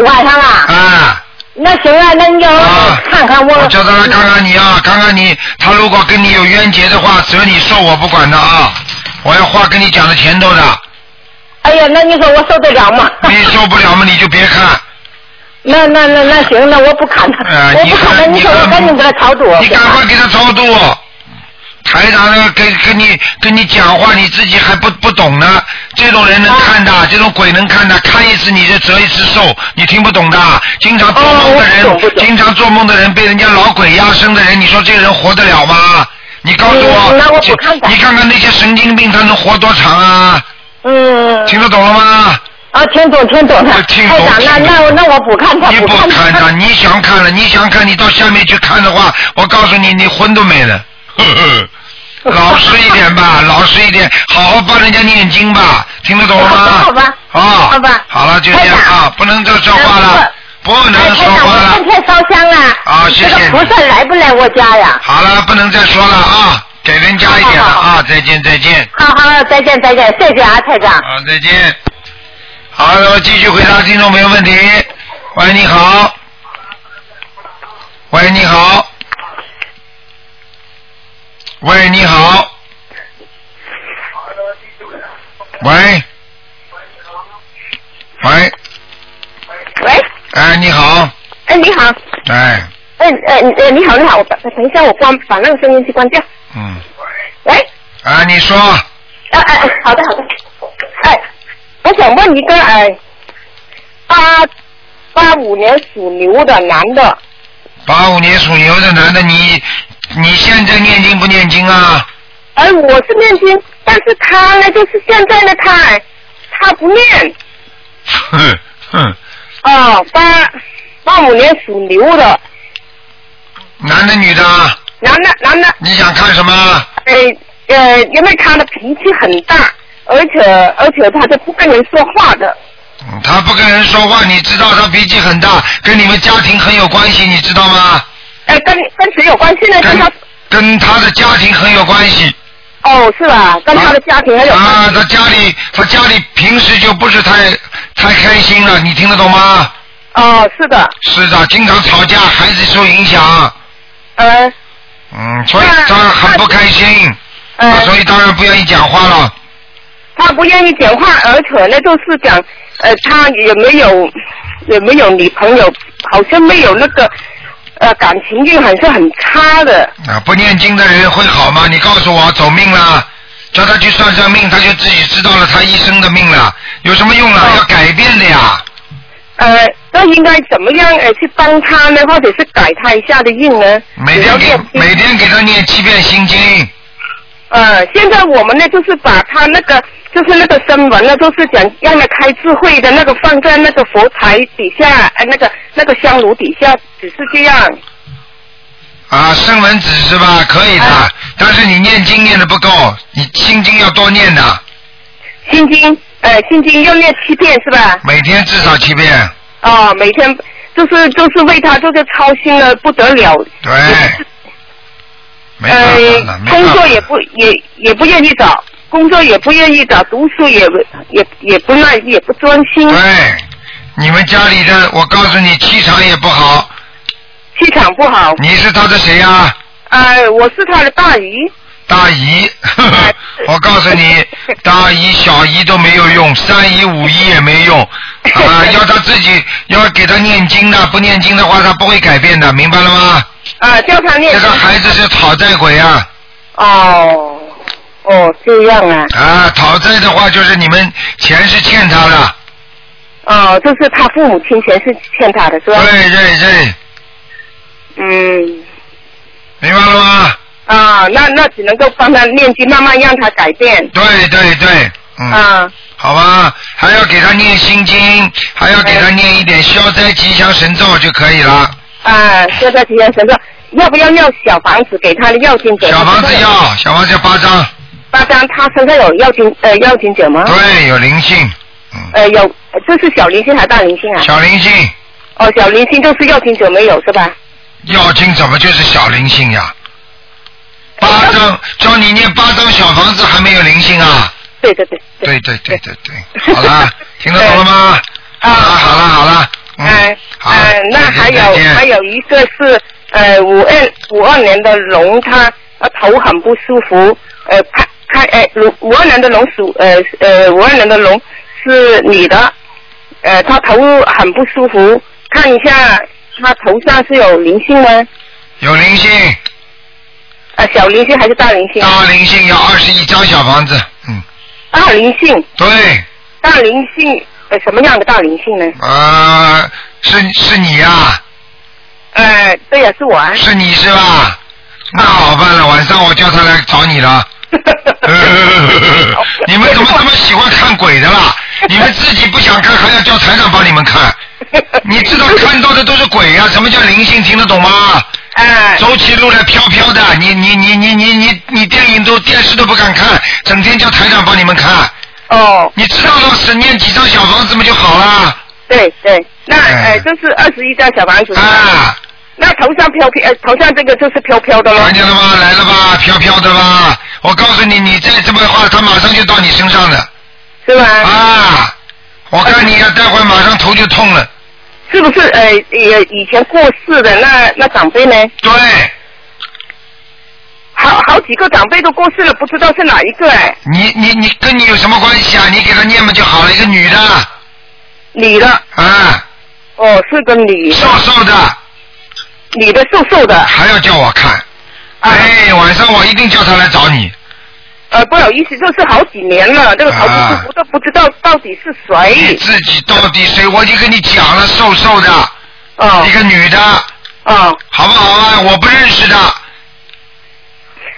[SPEAKER 7] 晚上啊，
[SPEAKER 1] 啊，
[SPEAKER 7] 那行啊，那你叫
[SPEAKER 1] 啊
[SPEAKER 7] 我看看我。
[SPEAKER 1] 我叫他来看看你啊，看看你，他如果跟你有冤结的话，只有你受，我不管的啊。我要话跟你讲的前头的，
[SPEAKER 7] 哎呀，那你说我受得了吗？
[SPEAKER 1] 你受不了嘛，你就别看。
[SPEAKER 7] 那那那那行，那我不 看他，
[SPEAKER 1] 啊，
[SPEAKER 7] 我
[SPEAKER 1] 你
[SPEAKER 7] 不看他，
[SPEAKER 1] 看，
[SPEAKER 7] 你说
[SPEAKER 1] 看
[SPEAKER 7] 我嗯赶紧给他超度。
[SPEAKER 1] 你赶快给他超度。台长呢，跟跟你跟你讲话，你自己还不不懂呢。这种人能看的，
[SPEAKER 7] 哦
[SPEAKER 1] 这种鬼能看的，看一次你就折一次寿，你听不懂的。经常做梦的人，
[SPEAKER 7] 哦我不懂不懂
[SPEAKER 1] 经常做梦的人被人家老鬼压身的人，你说这个人活得了吗？你告诉我，
[SPEAKER 7] 嗯那我不
[SPEAKER 1] 这
[SPEAKER 7] 看的
[SPEAKER 1] 你看看那些神经病，他能活多长啊？
[SPEAKER 7] 嗯，
[SPEAKER 1] 听得懂了吗？
[SPEAKER 7] 啊，听懂听懂了，
[SPEAKER 1] 听
[SPEAKER 7] 台
[SPEAKER 1] 懂
[SPEAKER 7] 长，那
[SPEAKER 1] 听懂
[SPEAKER 7] 那我那我不看他，
[SPEAKER 1] 你看
[SPEAKER 7] 看他啊
[SPEAKER 1] 他，。你想看了，你想看，你到下面去看的话，我告诉你，你魂都没 了。呵呵老实一点吧，老实一点，好好帮人家念经吧，听得懂了吗？
[SPEAKER 7] 好吧
[SPEAKER 1] 啊，
[SPEAKER 7] 好吧
[SPEAKER 1] 好了，就这样
[SPEAKER 7] 台长
[SPEAKER 1] 啊，不能再说话了，不
[SPEAKER 7] 哎，
[SPEAKER 1] 能
[SPEAKER 7] 台
[SPEAKER 1] 说
[SPEAKER 7] 长，
[SPEAKER 1] 话
[SPEAKER 7] 我
[SPEAKER 1] 了
[SPEAKER 7] 天，天烧香啊。
[SPEAKER 1] 啊谢谢
[SPEAKER 7] 这个菩萨来不来我家呀？
[SPEAKER 1] 好了，不能再说了啊，给人家一点了
[SPEAKER 7] 好好
[SPEAKER 1] 啊，再见，再见。
[SPEAKER 7] 好好，再见再见，谢谢啊，台长。
[SPEAKER 1] 好，再见。好，那么继续回答听众朋友问题。喂，你好。喂，你好。喂，你好。喂。喂。哎，
[SPEAKER 4] 哎哎哎，你好你好，我把等一下我关把那个收音机关掉。哎
[SPEAKER 1] 嗯，
[SPEAKER 4] 喂，
[SPEAKER 1] 啊，你说，
[SPEAKER 4] 哎哎哎，好的好的，哎，我想问一个哎，八八五年属牛的男的，
[SPEAKER 1] 八五年属牛的男的，你你现在念经不念经啊？
[SPEAKER 4] 哎，我是念经，但是他呢，就是现在呢，他哎他不念
[SPEAKER 1] 哼哼，
[SPEAKER 4] 啊，八八五年属牛的
[SPEAKER 1] 男的女的？啊
[SPEAKER 4] 男的男的，
[SPEAKER 1] 你想看什么？
[SPEAKER 4] 哎呃，因为他的脾气很大，而且而且他就不跟人说话的。
[SPEAKER 1] 嗯他不跟人说话，你知道他脾气很大，跟你们家庭很有关系，你知道吗？
[SPEAKER 4] 哎，跟跟谁有关系呢？跟他
[SPEAKER 1] 跟他的家庭很有关系。
[SPEAKER 4] 哦，是吧？跟他的家庭还有关系
[SPEAKER 1] 啊，他家里他家里平时就不是太太开心了，你听得懂吗？啊
[SPEAKER 4] 哦，是的。
[SPEAKER 1] 是的，经常吵架，孩子受影响。
[SPEAKER 4] 呃。
[SPEAKER 1] 嗯，所以他很不开心，
[SPEAKER 4] 呃
[SPEAKER 1] 啊，所以当然不愿意讲话了。
[SPEAKER 4] 他不愿意讲话，而且呢，就是讲，呃，他有没有有没有女朋友，好像没有那个，呃，感情运还是很差的。
[SPEAKER 1] 啊，不念经的人会好吗？你告诉我，走命了，叫他去算算命，他就自己知道了他一生的命了，有什么用
[SPEAKER 4] 嗯
[SPEAKER 1] 了？要改变的呀。
[SPEAKER 4] 呃，那应该怎么样呃去帮他呢，或者是改他一下的运呢？
[SPEAKER 1] 每天给每天给他念七遍心经，
[SPEAKER 4] 呃，现在我们呢，就是把他那个，就是那个声纹呢，就是讲让他开智慧的那个放在那个佛台底下，呃，那个那个香炉底下，只是这样。
[SPEAKER 1] 啊，声闻子是吧？可以的，
[SPEAKER 4] 啊
[SPEAKER 1] 但是你念经念的不够，你心经要多念的，
[SPEAKER 4] 心经，呃，心经要念七遍是吧？
[SPEAKER 1] 每天至少七遍。
[SPEAKER 4] 哦，每天就是就是为他这个操心了不得了，
[SPEAKER 1] 对，没办
[SPEAKER 4] 呃
[SPEAKER 1] 法了，，没办
[SPEAKER 4] 工
[SPEAKER 1] 法
[SPEAKER 4] 作也
[SPEAKER 1] 了。
[SPEAKER 4] 不也也不愿意找，工作也不愿意找，读书也也也不耐，也不专心，
[SPEAKER 1] 对，你们家里的，我告诉你，气场也不好。
[SPEAKER 4] 气场不好。
[SPEAKER 1] 你是他的谁啊呀、
[SPEAKER 4] 呃，我是他的大姨，
[SPEAKER 1] 大姨， 呵呵我告诉你，大姨、小姨都没有用，三姨、五姨也没用，啊，要他自己要给他念经的，不念经的话，他不会改变的，明白了吗？
[SPEAKER 4] 啊、叫他念
[SPEAKER 1] 这个孩子是讨债鬼啊！
[SPEAKER 4] 哦，哦，这样啊，
[SPEAKER 1] 啊，讨债的话就是你们钱是欠他的，
[SPEAKER 4] 哦，就是他父母亲钱是欠他的是吧？
[SPEAKER 1] 对对对，
[SPEAKER 4] 嗯，
[SPEAKER 1] 明白了吗？
[SPEAKER 4] 啊、那那只能够帮他念经，慢慢让他改变，
[SPEAKER 1] 对对对，嗯，
[SPEAKER 4] 啊、
[SPEAKER 1] 好吧，还要给他念心经，还要给他念一点消灾吉祥神咒就可以了。
[SPEAKER 4] 啊，现在提前神咒，要不要要小房子给他的药精者？
[SPEAKER 1] 小房子要，小房子要八张，
[SPEAKER 4] 八张，他身上有药精呃药精者吗？
[SPEAKER 1] 对，有灵性。
[SPEAKER 4] 呃，有，呃这是小灵性还是大灵性啊？
[SPEAKER 1] 小灵性，
[SPEAKER 4] 哦，小灵性就是药精者没有是吧？
[SPEAKER 1] 要经怎么就是小灵性呀？八张，叫你念八张小房子还没有灵性啊？
[SPEAKER 4] 对对对，
[SPEAKER 1] 对对对对对，好啦，听得懂了吗？
[SPEAKER 4] 啊，
[SPEAKER 1] 好啦好啦，
[SPEAKER 4] 嗯，嗯、
[SPEAKER 1] 啊
[SPEAKER 4] 那还有
[SPEAKER 1] 再见
[SPEAKER 4] 还有一个是呃五二五二年的龙，他呃头很不舒服，呃看看呃五五二年的龙属呃呃五二年的龙是女的，呃她头很不舒服，看一下她头上是有灵性吗？
[SPEAKER 1] 有灵性，
[SPEAKER 4] 呃小灵性还是大灵性？
[SPEAKER 1] 大灵性要二十一张小房子，嗯，
[SPEAKER 4] 大灵性，
[SPEAKER 1] 对，
[SPEAKER 4] 大灵性呃什么样的大灵性呢？
[SPEAKER 1] 呃，是是你呀、
[SPEAKER 4] 呃对呀、是我 啊。
[SPEAKER 1] 是你是吧？那好办了，晚上我叫他来找你了。
[SPEAKER 4] 呃
[SPEAKER 1] 你们怎么这么喜欢看鬼的啦？你们自己不想看，还要叫台长帮你们看？你知道看到的都是鬼呀、什么叫灵性？听得懂吗？
[SPEAKER 4] 哎。
[SPEAKER 1] 走起路来飘飘的，你你你你你你你电影都电视都不敢看，整天叫台长帮你们看。
[SPEAKER 4] 哦。
[SPEAKER 1] 你知道了，是念几张小房子不就好了？
[SPEAKER 4] 对对，那
[SPEAKER 1] 哎
[SPEAKER 4] 呃，就是二十一张小房子。啊。那头上飘飘，呃，头上这个就是飘飘的喽。
[SPEAKER 1] 看见了吗？来了吧，飘飘的吧。我告诉你，你再这么画，他马上就到你身上的。
[SPEAKER 4] 是吧？
[SPEAKER 1] 啊，我看你要待会儿马上头就痛了。
[SPEAKER 4] 是不是呃，也以前过世的那那长辈呢？
[SPEAKER 1] 对。
[SPEAKER 4] 好好几个长辈都过世了，不知道是哪一个哎，
[SPEAKER 1] 你你你跟你有什么关系啊？你给他念嘛就好了，一个女的。
[SPEAKER 4] 女的。
[SPEAKER 1] 啊。
[SPEAKER 4] 哦，是个女。
[SPEAKER 1] 瘦瘦的。
[SPEAKER 7] 女的瘦瘦的，
[SPEAKER 1] 还要叫我看。
[SPEAKER 7] 啊
[SPEAKER 1] 哎，晚上我一定叫他来找你。
[SPEAKER 7] 呃，不好意思，这是好几年了，这个头不舒服都不知道到底是
[SPEAKER 1] 啊你
[SPEAKER 7] 谁。
[SPEAKER 1] 自己到底谁？我已经跟你讲了，瘦瘦的，
[SPEAKER 7] 哦
[SPEAKER 1] 一个女的，
[SPEAKER 7] 哦，
[SPEAKER 1] 好不好啊？我不认识的。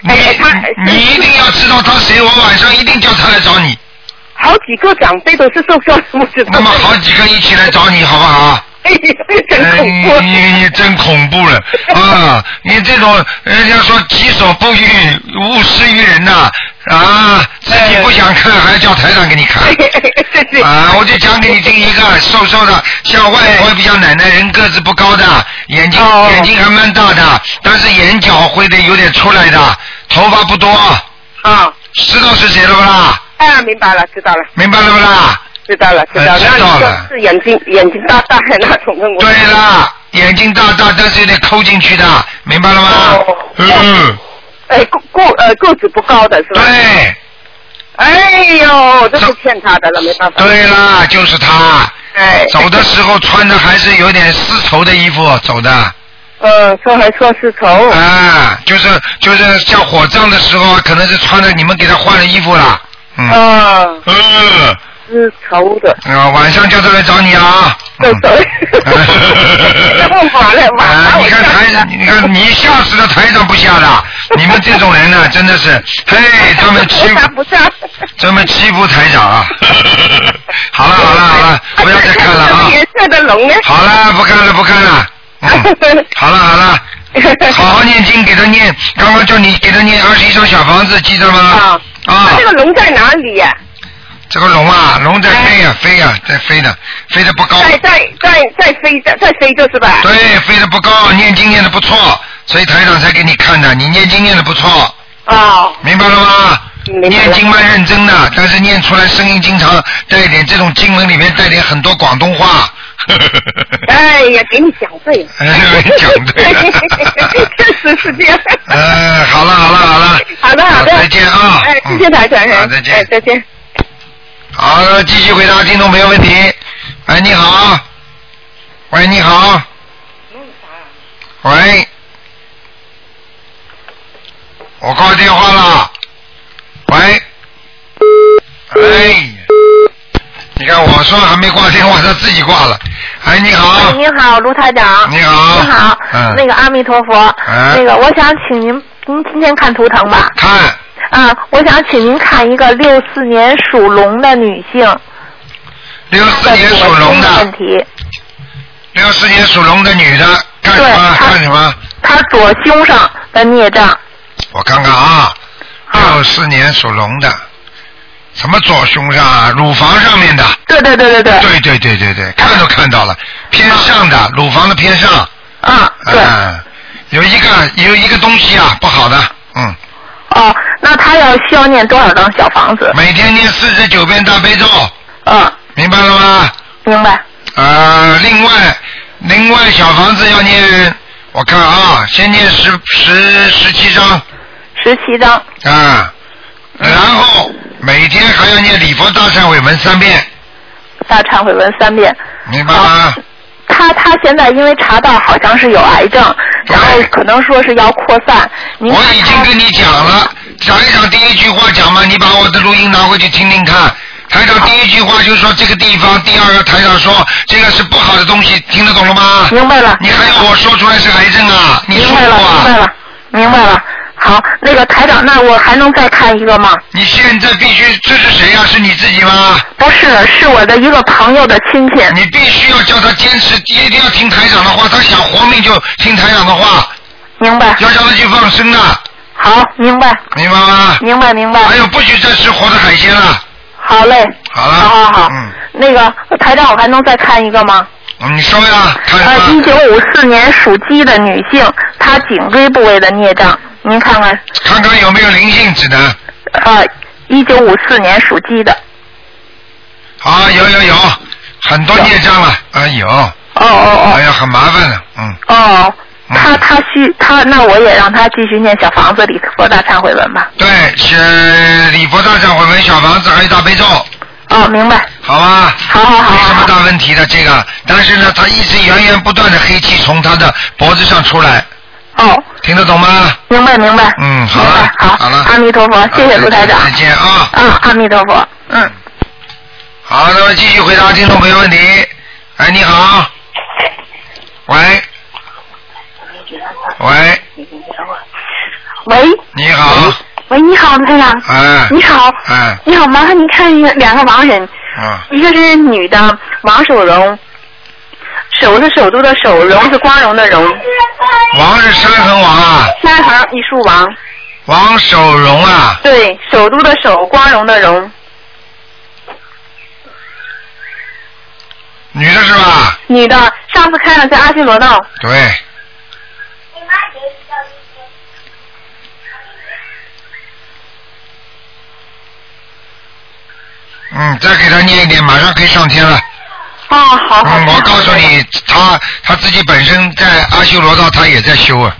[SPEAKER 1] 你
[SPEAKER 7] 哎哎他
[SPEAKER 1] 你一定要知道他谁，我晚上一定叫他来找你。
[SPEAKER 7] 好几个长辈都是瘦瘦的，不知道。
[SPEAKER 1] 那么好几个一起来找你，好不好？
[SPEAKER 7] 哎呦， 真恐怖。
[SPEAKER 1] 嗯，你你 你真恐怖了啊！你这种人家说己所不欲，勿施于人呐啊自己不想看，还叫台长给你看
[SPEAKER 7] 这是
[SPEAKER 1] 啊！我就讲给你听一个，瘦瘦的，像外婆比较奶奶，人个子不高的，眼睛
[SPEAKER 7] 哦
[SPEAKER 1] 眼睛还蛮大的，但是眼角会的有点出来的，头发不多，
[SPEAKER 7] 啊，
[SPEAKER 1] 知道是谁了不啦？
[SPEAKER 7] 啊，明白了，知道了，
[SPEAKER 1] 明白了不啦？
[SPEAKER 7] 知道了，知道
[SPEAKER 1] 哎
[SPEAKER 7] 了。
[SPEAKER 1] 知
[SPEAKER 7] 那
[SPEAKER 1] 道
[SPEAKER 7] 你
[SPEAKER 1] 了
[SPEAKER 7] 说是眼睛眼睛大大的那种的，我
[SPEAKER 1] 对啦，眼睛大大，但是有点抠进去的，明白了吗？
[SPEAKER 7] 哦
[SPEAKER 1] 嗯，
[SPEAKER 7] 哎，个个呃个子不高的是吧？
[SPEAKER 1] 对，
[SPEAKER 7] 哎呦，这
[SPEAKER 1] 走
[SPEAKER 7] 是欠他的了，没办法。
[SPEAKER 1] 对啦，就是他。
[SPEAKER 7] 哎，
[SPEAKER 1] 走的时候穿的还是有点丝绸的衣服走的，
[SPEAKER 7] 嗯，说还说是头，
[SPEAKER 1] 啊，就是就是像火葬的时候，可能是穿的你们给他换了衣服啦，嗯，
[SPEAKER 7] 嗯，
[SPEAKER 1] 嗯，
[SPEAKER 7] 是头的，
[SPEAKER 1] 啊，晚上叫他来找你啊，
[SPEAKER 7] 这
[SPEAKER 1] 嗯
[SPEAKER 7] 头。 晚了晚
[SPEAKER 1] 啊
[SPEAKER 7] 了，，
[SPEAKER 1] 你看台，你看你吓死了，台长不吓的，你们这种人呢，真的是，嘿，他 们欺负
[SPEAKER 7] 他不是啊，
[SPEAKER 1] 专门欺负台长 啊！好了好了好了，不要再看 了啊！
[SPEAKER 7] 哎颜色的龙呢？
[SPEAKER 1] 好了，不看了不看了。嗯，好了好了，好好念经，给他念。刚刚叫你给他念二十一张小房子，记得吗
[SPEAKER 7] 啊？
[SPEAKER 1] 啊
[SPEAKER 7] 那，这个龙在哪里呀？
[SPEAKER 1] 这个龙啊，龙在飞呀、飞呀、在飞的，飞得不高。
[SPEAKER 7] 哎在在在在非洲，在非洲是吧？
[SPEAKER 1] 对，飞得不高，念经念得不错，所以台长才给你看的。你念经念得不错，
[SPEAKER 7] 哦，
[SPEAKER 1] 明白了吗？
[SPEAKER 7] 明白了
[SPEAKER 1] 念经蛮认真的，但是念出来声音经常带一点这种经文里面带点很多广东话。
[SPEAKER 7] 哎呀，给你讲对了。。
[SPEAKER 1] 哎， 讲对了
[SPEAKER 7] 确实是 这样。
[SPEAKER 1] 呃，好了好了好了。
[SPEAKER 7] 好的好的，
[SPEAKER 1] 再见啊。
[SPEAKER 7] 哎，谢谢台长。
[SPEAKER 1] 嗯好，再
[SPEAKER 7] 哎，
[SPEAKER 1] 见。
[SPEAKER 7] 再见。
[SPEAKER 1] 好，那继续回答听众朋友问题。喂，你好。喂，你好。喂。我挂电话了。喂。哎。你看，我说还没挂电话，他自己挂了。哎，你好
[SPEAKER 4] 哎，。您好，卢台长。
[SPEAKER 1] 你好
[SPEAKER 4] 你好。
[SPEAKER 1] 嗯
[SPEAKER 4] 那个阿弥陀佛。
[SPEAKER 1] 嗯
[SPEAKER 4] 那个，我想请您，您今天看图腾吧。
[SPEAKER 1] 看，
[SPEAKER 4] 啊，我想请您看一个六四年属龙的女性。
[SPEAKER 1] 六四年属龙的
[SPEAKER 4] 她的左，胸问题，
[SPEAKER 1] 六四年属龙的女的，干什么？
[SPEAKER 4] 对啊她
[SPEAKER 1] 干什么？
[SPEAKER 4] 她左胸上的孽障。
[SPEAKER 1] 我看看啊，
[SPEAKER 4] 啊
[SPEAKER 1] 六四年属龙的，什么左胸上、啊、乳房上面的？
[SPEAKER 4] 对对对对对。
[SPEAKER 1] 对对对对对，看都看到了，偏上的，乳房的偏上。
[SPEAKER 4] 啊，对。
[SPEAKER 1] 嗯，有一个有一个东西啊，不好的，嗯，
[SPEAKER 4] 哦，那她要需要念多少张小房子？
[SPEAKER 1] 每天念四十九遍大悲咒，
[SPEAKER 4] 嗯，
[SPEAKER 1] 明白了吗？
[SPEAKER 4] 明白。
[SPEAKER 1] 呃，另外，另外小房子要念，我看啊，先念十十十七章
[SPEAKER 4] 十七张。
[SPEAKER 1] 啊，然后每天还要念礼佛大忏悔文三遍，
[SPEAKER 4] 大忏悔文三遍。
[SPEAKER 1] 明白吗？
[SPEAKER 4] 他他现在因为查到好像是有癌症，
[SPEAKER 1] 对
[SPEAKER 4] 然后可能说是要扩散。您
[SPEAKER 1] 我
[SPEAKER 4] 看
[SPEAKER 1] 已经
[SPEAKER 4] 他
[SPEAKER 1] 跟你讲了，台长第一句话讲嘛，你把我的录音拿回去听听看。台长第一句话就说这个地方，第二个台长说这个是不好的东西，听得懂了吗？
[SPEAKER 4] 明白了，
[SPEAKER 1] 你还要我说出来是癌症啊？你
[SPEAKER 4] 明
[SPEAKER 1] 说
[SPEAKER 4] 白了，
[SPEAKER 1] 过
[SPEAKER 4] 明白
[SPEAKER 1] 啊？
[SPEAKER 4] 了，明白了。好，那个台长，那我还能再看一个吗？
[SPEAKER 1] 你现在必须，这是谁呀、啊是你自己吗？
[SPEAKER 4] 不是，是我的一个朋友的亲戚。
[SPEAKER 1] 你必须要叫他坚持，一定要听台长的话。他想活命就听台长的话，
[SPEAKER 4] 明白，
[SPEAKER 1] 要叫他去放生的，
[SPEAKER 4] 好，明白，
[SPEAKER 1] 明白吗？
[SPEAKER 4] 明白，明白。
[SPEAKER 1] 还哎有不许再吃活的海鲜了。
[SPEAKER 4] 好嘞，
[SPEAKER 1] 好了，
[SPEAKER 4] 好好好。
[SPEAKER 1] 嗯，
[SPEAKER 4] 那个台长，我还能再看一个吗？
[SPEAKER 1] 嗯你说呀，
[SPEAKER 8] 哎
[SPEAKER 1] 看
[SPEAKER 4] 呃，
[SPEAKER 1] 什
[SPEAKER 4] 一
[SPEAKER 1] 么？
[SPEAKER 4] 九五四年属鸡的女性，她颈椎部位的孽障，您看看。
[SPEAKER 1] 看看有没有灵性指南。
[SPEAKER 4] 呃，一九五四年属鸡的。
[SPEAKER 1] 啊，有有有，很多孽障了。啊，有，
[SPEAKER 4] 哦
[SPEAKER 1] 哎
[SPEAKER 4] 哦
[SPEAKER 1] 呀，很麻烦的，嗯。
[SPEAKER 4] 哦哦，
[SPEAKER 1] 嗯
[SPEAKER 4] 他他需他那我也让他继续念小房子里佛大忏悔文吧。
[SPEAKER 1] 对，是礼佛大忏悔文小房子还有大悲咒，
[SPEAKER 4] 哦
[SPEAKER 8] 哦，明白。
[SPEAKER 1] 好吧？好好好，没什么大问题的这个，但是呢，他一直源源不断的黑气从他的脖子上出来。
[SPEAKER 8] 哦。
[SPEAKER 1] 听得懂吗？
[SPEAKER 8] 明白明白。
[SPEAKER 1] 嗯，好了，好了，
[SPEAKER 8] 阿弥陀佛，谢谢卢台长。
[SPEAKER 1] 再见啊。
[SPEAKER 8] 嗯，阿弥陀佛。嗯。
[SPEAKER 1] 好，那么继续回答听众朋友问题。哎，你好。喂。喂，
[SPEAKER 9] 喂，
[SPEAKER 1] 你好。
[SPEAKER 9] 喂，你好，台长。
[SPEAKER 1] 哎。
[SPEAKER 9] 你好，
[SPEAKER 1] 哎，
[SPEAKER 9] 你好，麻烦您看一下两个盲人，
[SPEAKER 1] 啊，
[SPEAKER 9] 一个是女的王守荣，手是首都的首，荣是光荣的荣，
[SPEAKER 1] 王是山横王啊，
[SPEAKER 9] 三横一竖王，
[SPEAKER 1] 王守荣啊，
[SPEAKER 9] 对，首都的首，光荣的荣，
[SPEAKER 1] 女的是吧？
[SPEAKER 9] 女的，上次看了在阿修罗道，
[SPEAKER 1] 对。嗯，再给他念一点，马上可以上天了。
[SPEAKER 9] 哦，
[SPEAKER 1] 好。
[SPEAKER 9] 好
[SPEAKER 1] 嗯，我告诉你，他他自己本身在阿修罗道，他也在修啊。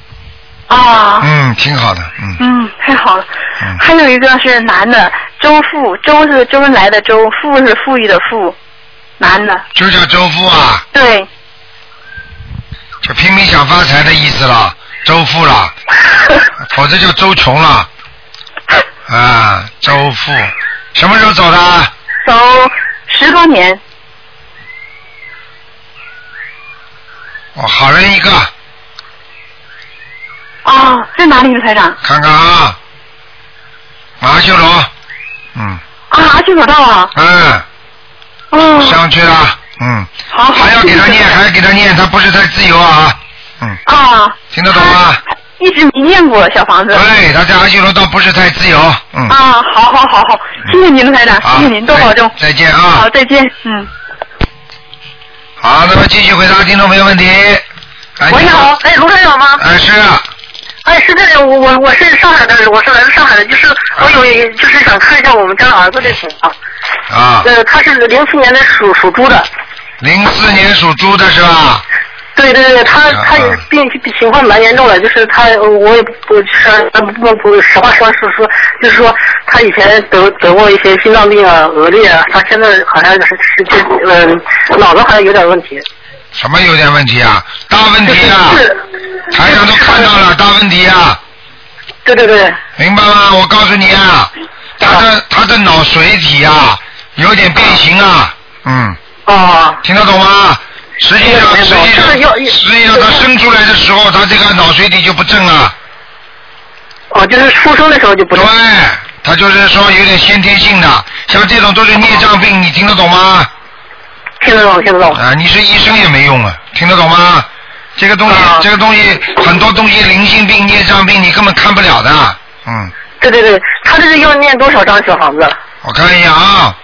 [SPEAKER 9] 啊，
[SPEAKER 1] 嗯，挺好的，嗯，
[SPEAKER 9] 嗯，太好了。还有一个是男的，周富，周是周恩来的周，富是富裕的富，男的，
[SPEAKER 1] 就叫周富啊，
[SPEAKER 9] 对，
[SPEAKER 1] 就拼命想发财的意思了，周富了，否则就周穷了。啊，周富，什么时候走的？
[SPEAKER 9] 走十多年，
[SPEAKER 1] 哦，好人一个，
[SPEAKER 9] 哦，在哪里呢，台长？
[SPEAKER 1] 看看啊，马修罗，嗯
[SPEAKER 9] 啊，阿修罗道啊，
[SPEAKER 1] 嗯，
[SPEAKER 9] 哦，
[SPEAKER 1] 上去了，嗯，
[SPEAKER 9] 好，
[SPEAKER 1] 还要给他念，还要给他念，他不是太自由啊，
[SPEAKER 9] 啊，
[SPEAKER 1] 听得懂吗？
[SPEAKER 9] 一直没念过小房子。
[SPEAKER 1] 对，哎他在阿修罗道不是太自由，嗯，
[SPEAKER 9] 嗯啊，好好好好，谢谢您，台长，谢谢您，多保重。
[SPEAKER 1] 再见啊。
[SPEAKER 9] 好，再见，嗯。
[SPEAKER 1] 好，那么继续回答听众朋友问题。哎
[SPEAKER 4] 喂，你
[SPEAKER 9] 啊
[SPEAKER 4] 好，，哎，卢台长吗？
[SPEAKER 1] 哎，是啊，
[SPEAKER 4] 哎，是这样，我我我是上海的，我是来自上海的，就是我有就是想看一下我们家儿子的情况。
[SPEAKER 1] 啊。
[SPEAKER 4] 呃，他是零四年的属属猪的。
[SPEAKER 1] 零四年属猪的是吧？
[SPEAKER 4] 对对对，他
[SPEAKER 1] 啊
[SPEAKER 4] 他也病情况蛮严重的，就是他呃我也不是呃不不实话实话说说，就是说他以前得得过一些心脏病啊、额裂啊，他现在好像是是这嗯、脑子好像有点问题。
[SPEAKER 1] 什么有点问题啊？大问题啊！台上都看到了，大问题啊！
[SPEAKER 4] 对对对。
[SPEAKER 1] 明白吗？我告诉你啊，他的他的脑髓体啊，有点变形啊，嗯。
[SPEAKER 4] 哦。
[SPEAKER 1] 听得懂吗？实际上，实际上，实际上，他生出来的时候，他这个脑髓体就不正啊。
[SPEAKER 4] 哦，就是出生的时候就不
[SPEAKER 1] 对，他就是说有点先天性的，像这种都是孽障病，你听得懂吗？
[SPEAKER 4] 听得懂，听得懂。
[SPEAKER 1] 啊，你是医生也没用啊，听得懂吗？这个东西，这个东西，很多东西灵性病、孽障病，你根本看不了的。嗯，
[SPEAKER 4] 对对对，他这是要念多少张小房子？
[SPEAKER 1] 我看一下啊，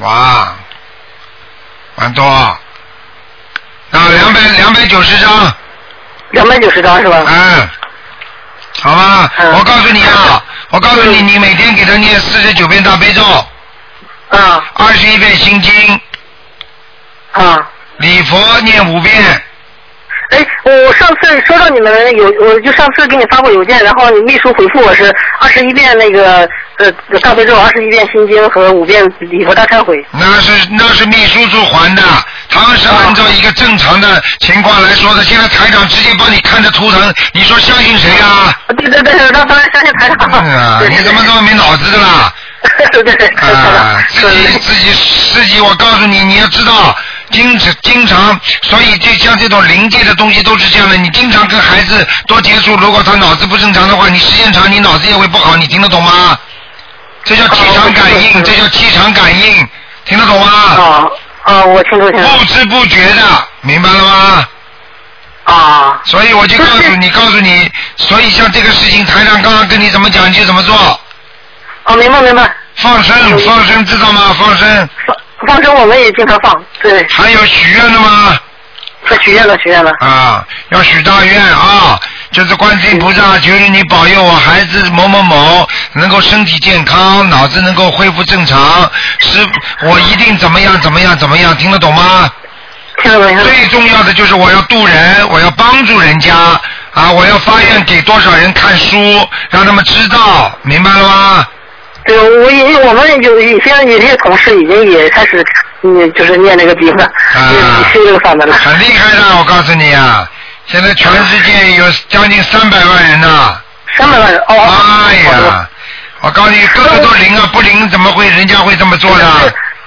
[SPEAKER 1] 哇，蛮多啊，那两百两百九十张，
[SPEAKER 4] 两百九十张是吧？
[SPEAKER 1] 嗯，好吧，我告诉你啊，我告诉你，你每天给他念四十九遍大悲咒，
[SPEAKER 4] 啊，
[SPEAKER 1] 二十一遍心经，
[SPEAKER 4] 啊，
[SPEAKER 1] 礼佛念五遍，
[SPEAKER 4] 哎，我上次收到你们有，我就上次给你发过邮件，然后你秘书回复我是二十一遍那个呃大悲咒，二十一遍心经和五遍礼佛大忏悔。
[SPEAKER 1] 那是那是秘书处还的，他们是按照一个正常的情况来说的。现在台长直接帮你看着图腾，你说相信谁啊？
[SPEAKER 4] 对对 对，那当然相信台长。
[SPEAKER 1] 嗯啊，你怎么这么没脑子的啦？
[SPEAKER 4] 对对对，
[SPEAKER 1] 啊，自己自己自己，我告诉你，你要知道，经常经常，所以就像这种灵界的东西都是这样的。你经常跟孩子多接触，如果他脑子不正常的话，你时间长，你脑子也会不好。你听得懂吗？这叫气场感应，这叫气场感应，听得懂吗？
[SPEAKER 4] 啊啊，我听懂听
[SPEAKER 1] 不知不觉的，明白了吗？
[SPEAKER 4] 啊。
[SPEAKER 1] 所以我就告诉你，告诉你，所以像这个事情，台长刚刚跟你怎么讲，你就怎么做。
[SPEAKER 4] 哦，明白明白。
[SPEAKER 1] 放生，放生知道吗？放生。
[SPEAKER 4] 放生我们也经常放，对。
[SPEAKER 1] 还有许愿的吗？
[SPEAKER 4] 许愿了，许愿了。
[SPEAKER 1] 啊，要许大愿啊！就是观世音菩萨，求求你保佑我孩子某某某能够身体健康，脑子能够恢复正常，是我一定怎么样怎么样怎么样，听得懂吗？
[SPEAKER 4] 听得懂。
[SPEAKER 1] 最重要的就是我要渡人，我要帮助人家啊！我要发愿给多少人看书，让他们知道，明白了吗？
[SPEAKER 4] 对，我也我们有有些有些同事已经也开始，嗯，就是念那个经了，
[SPEAKER 1] 啊，
[SPEAKER 4] 修这个法门了。
[SPEAKER 1] 很厉害的，我告诉你啊，现在全世界有将近三百万人呐、
[SPEAKER 4] 三百万人哦。
[SPEAKER 1] 哎呀，我告诉你，个个都灵啊，不灵怎么会人家会这么做呢？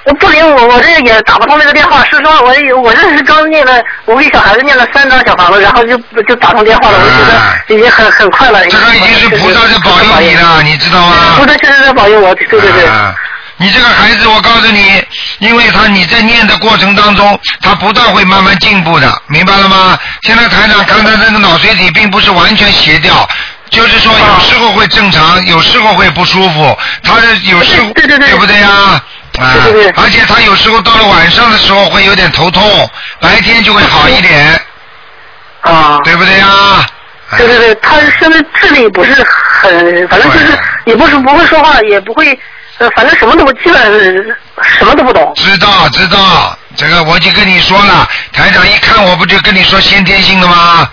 [SPEAKER 4] 我不灵，我我这也打不通这个电话，是说我有我这是刚念了，我给小孩子念了三张小房子，然后就就打通电话了，我就觉得已经很很快了。这个已经是菩萨在保佑
[SPEAKER 1] 你了，你知道吗？
[SPEAKER 4] 菩萨确实在保佑我，对对对。
[SPEAKER 1] 啊，你这个孩子，我告诉你，因为他你在念的过程当中，他不断会慢慢进步的，明白了吗？现在台长刚才那个脑髓体并不是完全斜掉。就是说，有时候会正常，有时候会不舒服，他是有时候对不对呀、啊？而且他有时候到了晚上的时候会有点头痛，白天就会好一点。
[SPEAKER 4] 啊，
[SPEAKER 1] 对不对呀、哎
[SPEAKER 4] 对对对，他现在智力不是很，反正就是也不是不会说话，也不会，呃，反正什么都不基本什么都不懂。
[SPEAKER 1] 知道知道，这个我就跟你说了，台长一看我不就跟你说先天性的吗？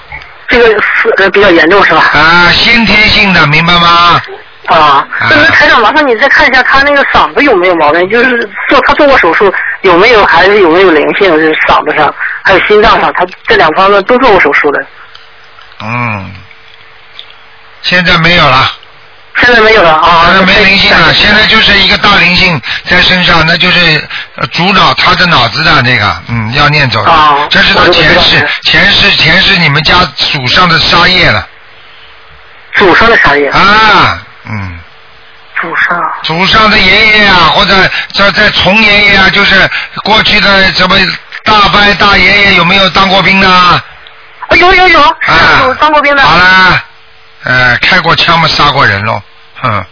[SPEAKER 4] 这个是呃比较严重是吧？
[SPEAKER 1] 啊，先天性的，明白吗？
[SPEAKER 4] 啊，那那台长，麻烦你再看一下他那个嗓子有没有毛病，就是做他做过手术有没有，还是有没有灵性，就是嗓子上还有心脏上，他这两方面都做过手术的，
[SPEAKER 1] 嗯，现在没有了。
[SPEAKER 4] 现在没有了啊，
[SPEAKER 1] 现在没灵性了，现在就是一个大灵性在身上，那就是呃主导他的脑子的那个，嗯，要念走了，这是他前世前世前世你们家祖上的杀业了。
[SPEAKER 4] 祖上的啥业？
[SPEAKER 1] 啊，嗯。
[SPEAKER 4] 祖上。
[SPEAKER 1] 祖上的爷爷啊，或者这在从爷爷啊，就是过去的什么大伯、大爷爷有没有当过兵的啊？
[SPEAKER 4] 啊有有有，有当过兵的。
[SPEAKER 1] 好啦，呃，开过枪嘛，杀过人喽，嗯，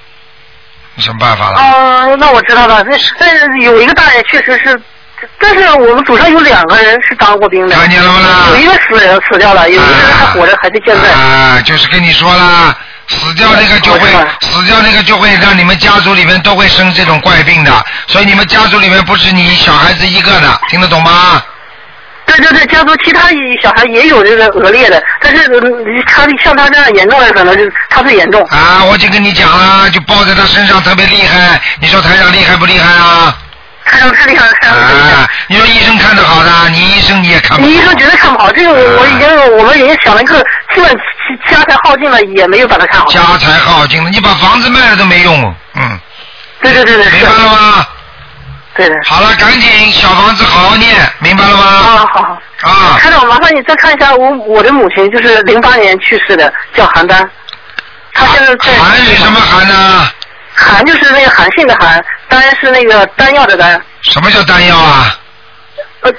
[SPEAKER 1] 有什么办法了？
[SPEAKER 4] 嗯，那我知道了，那是那有一个大爷确实是，但是我们祖上有两个人是当过兵的，看
[SPEAKER 1] 见了吗？
[SPEAKER 4] 有一个死死掉了，有一个人还活着，还在健在。
[SPEAKER 1] 啊，就是跟你说啦，死掉那个就会死掉那个就会让你们家族里面都会生这种怪病的，所以你们家族里面不止你小孩子一个的，听得懂吗？
[SPEAKER 4] 对对对，家族其他小孩也有这个恶劣的，但是嗯他像他这样严重的，可能就是他最严重。
[SPEAKER 1] 啊，我就跟你讲啦，就抱在他身上特别厉害，你说台长厉害不厉害啊？
[SPEAKER 4] 台长太厉害了，台
[SPEAKER 1] 长啊，你说医生看得好的，你医生你也看不好。
[SPEAKER 4] 你医生绝对看不好，这个
[SPEAKER 1] 啊
[SPEAKER 4] 我我已经我们已经想了一个，基本家财耗尽了，也没有把它看好。
[SPEAKER 1] 家财耗尽了，你把房子卖了都没用，嗯。
[SPEAKER 4] 对对对对，
[SPEAKER 1] 明白了吗？
[SPEAKER 4] 对的。
[SPEAKER 1] 好了，赶紧小房子好好念，明白了吗？
[SPEAKER 4] 啊，好好。
[SPEAKER 1] 啊。
[SPEAKER 4] 台长，麻烦你再看一下我我的母亲，就是零八年去世的，叫邯郸。她现在在。
[SPEAKER 1] 邯是什么啊邯呢？
[SPEAKER 4] 邯就是那个韩信的韩，丹是那个丹药的丹。
[SPEAKER 1] 什么叫丹药啊？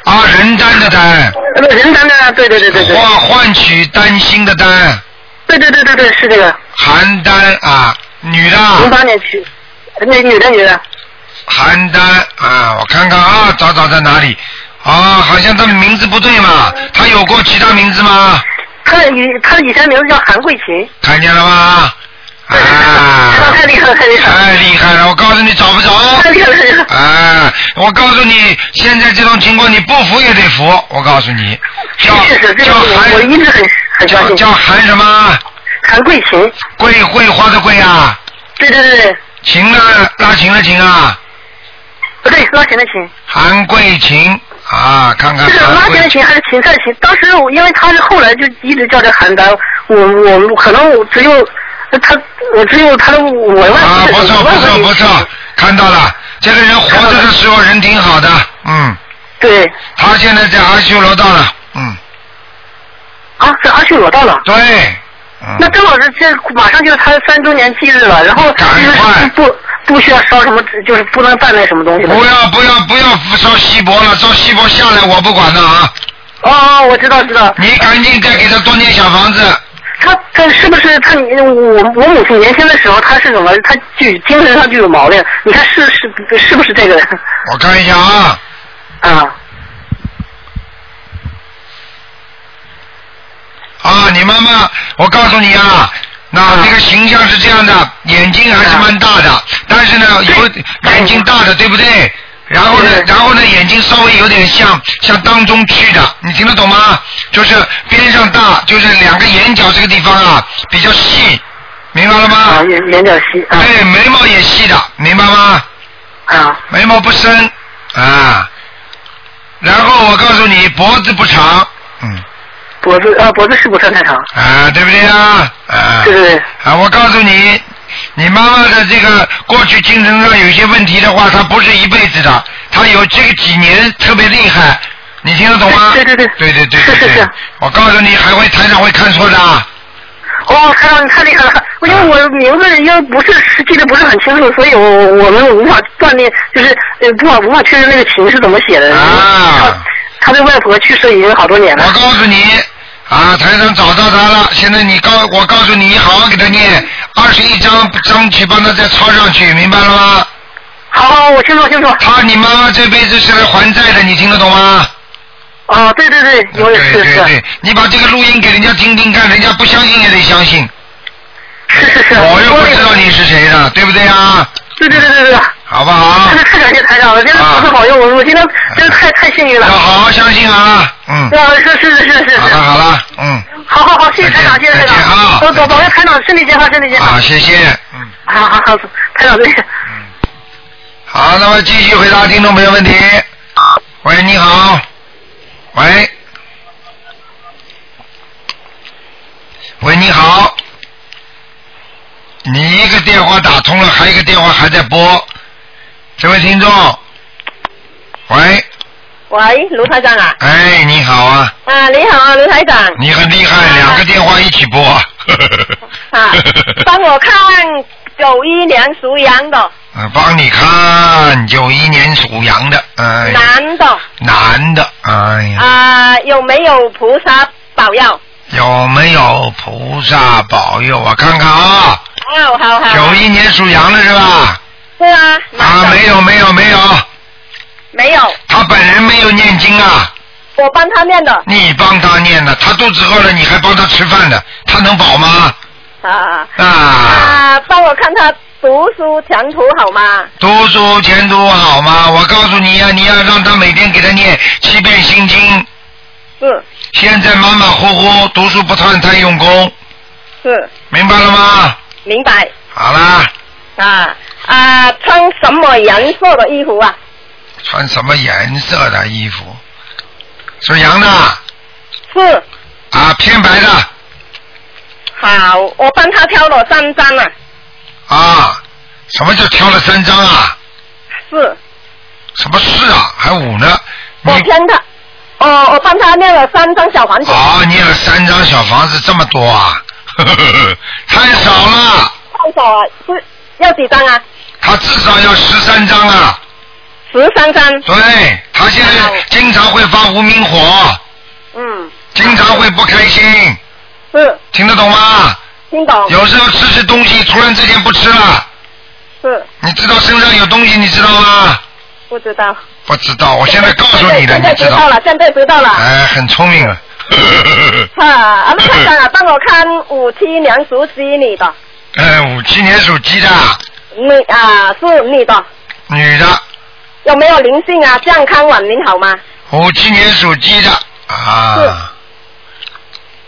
[SPEAKER 1] 啊，人丹的丹。
[SPEAKER 4] 呃人丹的，对对对对对。
[SPEAKER 1] 换换取丹心的丹。
[SPEAKER 4] 对对对对对，是这个。
[SPEAKER 1] 邯郸啊，女的啊。
[SPEAKER 4] 零八年去，那女的女的。
[SPEAKER 1] 邯郸啊，我看看啊，找找在哪里？啊，好像他们名字不对嘛，他有过其他名字吗？
[SPEAKER 4] 她以她以前名字叫韩桂琴。
[SPEAKER 1] 看见了吗？啊
[SPEAKER 4] 太厉害了，太厉害了！
[SPEAKER 1] 太厉害了！我告诉你，找不着。
[SPEAKER 4] 太厉害了，太厉害了！
[SPEAKER 1] 哎，我告诉你，现在这种情况你不服也得服。我告诉你，叫叫韩，我
[SPEAKER 4] 一直很很
[SPEAKER 1] 叫叫韩什么？
[SPEAKER 4] 韩桂琴。
[SPEAKER 1] 桂桂花的桂啊。
[SPEAKER 4] 对对对对。
[SPEAKER 1] 琴呢？拉琴的琴啊。
[SPEAKER 4] 不对，拉琴的琴。
[SPEAKER 1] 韩桂琴啊，看看
[SPEAKER 4] 这是
[SPEAKER 1] 韩
[SPEAKER 4] 拉
[SPEAKER 1] 桂
[SPEAKER 4] 弦的琴还是芹菜琴？当时我因为他是后来就一直叫这邯郸，我我可能我只有他，我只有他的我外
[SPEAKER 1] 啊，
[SPEAKER 4] 婆
[SPEAKER 1] 不错
[SPEAKER 4] 我
[SPEAKER 1] 不
[SPEAKER 4] 外
[SPEAKER 1] 错
[SPEAKER 4] 婆
[SPEAKER 1] 不错，看到了，这个人活着的时候人挺好的，嗯。
[SPEAKER 4] 对。
[SPEAKER 1] 他现在在阿修罗道了，嗯。
[SPEAKER 4] 啊，在阿修罗道了。
[SPEAKER 1] 对。
[SPEAKER 4] 那正好是这马上就是他的三周年忌日了，然后就是不不需要烧什么，就是不能办那什么东西了。
[SPEAKER 1] 不要不要不要烧锡箔了，烧锡箔下来我不管的啊。
[SPEAKER 4] 哦哦，我知道知道。
[SPEAKER 1] 你赶紧再给他多念小房子。
[SPEAKER 4] 他他是不是他我我母亲年轻的时候他是怎么他就精神上就有毛病？你看是是是不是这个人？
[SPEAKER 1] 我看一下啊。
[SPEAKER 4] 啊。
[SPEAKER 1] 啊，你妈妈，我告诉你啊，那这个形象是这样的，眼睛还是蛮大的，但是呢，有眼睛大的，对不对？然后呢，然后呢，眼睛稍微有点像像当中去的，你听得懂吗？就是边上大，就是两个眼角这个地方啊比较细，明白了吗？
[SPEAKER 4] 啊，眼眼角细啊。
[SPEAKER 1] 哎，眉毛也细的，明白吗？
[SPEAKER 4] 啊。
[SPEAKER 1] 眉毛不深啊，然后我告诉你，脖子不长，
[SPEAKER 4] 脖子啊，脖子是不算太长。
[SPEAKER 1] 啊，对不对呀？啊，
[SPEAKER 4] 对对对。
[SPEAKER 1] 啊，我告诉你，你妈妈的这个过去精神上有一些问题的话，她不是一辈子的，她有这个几年特别厉害，你听得懂吗？对对对。对对对对对。我告诉你，还会台长会看错的。
[SPEAKER 4] 哦，台长你太厉害了，因为我名字因为不是是记得不是很清楚，所以我我们无法断定，就是呃不法无法确认那个琴是怎么写的。啊。他他的外婆去世已经好多年了。
[SPEAKER 1] 我告诉你，啊，台长找到他了。现在你告我告诉你，好好给他念二十一章，争取帮他再抄上去，明白了吗？
[SPEAKER 4] 好，我清楚清楚。
[SPEAKER 1] 他你妈妈这辈子是来还债的，你听得懂吗？
[SPEAKER 4] 哦，对对对，
[SPEAKER 1] 我也是。对对对，你把这个录音给人家听听看，人家不相信也得相信。
[SPEAKER 4] 是是是。
[SPEAKER 1] 我又不知道你啊是谁的，对不对啊？
[SPEAKER 4] 对对对对对。
[SPEAKER 1] 好不好？
[SPEAKER 4] 真的太感谢台长了，真的菩
[SPEAKER 1] 啊
[SPEAKER 4] 萨保佑我，我今天真的太太幸运了。要
[SPEAKER 1] 好好相信啊，嗯。
[SPEAKER 4] 啊，是是是是是。
[SPEAKER 1] 好了好了，嗯。
[SPEAKER 4] 好好好，谢谢台长，谢谢台长。啊。我保保佑台长身体健康，身体健康。
[SPEAKER 1] 啊，谢谢。
[SPEAKER 4] 好好好，台长再见。
[SPEAKER 1] 好，那么继续回答听众朋友问题。喂，你好。喂。喂，你好。你一个电话打通了，还有一个电话还在拨。这位听众，喂，
[SPEAKER 7] 喂，卢台长啊，
[SPEAKER 1] 哎，你好啊，
[SPEAKER 7] 啊，你好啊，卢台长，
[SPEAKER 1] 你很厉害，两个电话一起 拨。嗯
[SPEAKER 7] 啊，帮我看九一年属羊的
[SPEAKER 1] 呃帮你看九一年属羊的，哎，
[SPEAKER 7] 男的，
[SPEAKER 1] 男的，哎呀，
[SPEAKER 7] 啊，有没有菩萨保佑？
[SPEAKER 1] 有没有菩萨保佑？我看看啊，
[SPEAKER 7] 哦，好好，
[SPEAKER 1] 九一年属羊的是吧？
[SPEAKER 7] 是啊，
[SPEAKER 1] 啊，没有没有没有，
[SPEAKER 7] 没有，
[SPEAKER 1] 他本人没有念经啊，
[SPEAKER 7] 我帮他念的，
[SPEAKER 1] 你帮他念的，他肚子饿了，你还帮他吃饭的，他能保吗？
[SPEAKER 7] 啊
[SPEAKER 1] 啊，
[SPEAKER 7] 啊，帮我看他读书前途好吗？
[SPEAKER 1] 读书前途好吗？我告诉你呀、啊你要让他每天给他念七遍心经。
[SPEAKER 7] 是
[SPEAKER 1] 现在马马虎虎，读书不算太用功，
[SPEAKER 7] 是，
[SPEAKER 1] 明白了吗？
[SPEAKER 7] 明白
[SPEAKER 1] 好啦，
[SPEAKER 7] 啊啊，穿什么颜色的衣服啊？
[SPEAKER 1] 穿什么颜色的衣服？属羊的
[SPEAKER 7] 是
[SPEAKER 1] 啊，偏白的
[SPEAKER 7] 好，我帮他挑了三张啊，
[SPEAKER 1] 啊。什么叫挑了三张啊？
[SPEAKER 7] 是
[SPEAKER 1] 什么事啊？还五呢？
[SPEAKER 7] 我帮他，哦，我帮他念了三张小房子，
[SPEAKER 1] 啊，念了三张小房子这么多啊， 太少了，
[SPEAKER 7] 太少啊，是要几张啊？
[SPEAKER 1] 他至少要十三张啊。
[SPEAKER 7] 十三张。
[SPEAKER 1] 对，他现在经常会发无名火，
[SPEAKER 7] 嗯，
[SPEAKER 1] 经常会不开心，
[SPEAKER 7] 是
[SPEAKER 1] 听得懂吗？
[SPEAKER 7] 听懂？
[SPEAKER 1] 有时候吃吃东西，突然之间不吃了，
[SPEAKER 7] 是
[SPEAKER 1] 你知道身上有东西，你知道吗？
[SPEAKER 7] 不知道。
[SPEAKER 1] 不知道，我现在告诉你了，
[SPEAKER 7] 现
[SPEAKER 1] 你
[SPEAKER 7] 在
[SPEAKER 1] 知
[SPEAKER 7] 知
[SPEAKER 1] 道
[SPEAKER 7] 道？了，现在知道了。
[SPEAKER 1] 哎，很聪明了。
[SPEAKER 7] 哈，阿罗先生啊，帮我看五七年属鸡女的，
[SPEAKER 1] 哎，五七年属鸡的
[SPEAKER 7] 女啊是女的，
[SPEAKER 1] 女的，
[SPEAKER 7] 有没有灵性啊？健康晚年好吗？
[SPEAKER 1] 五七年属鸡的啊，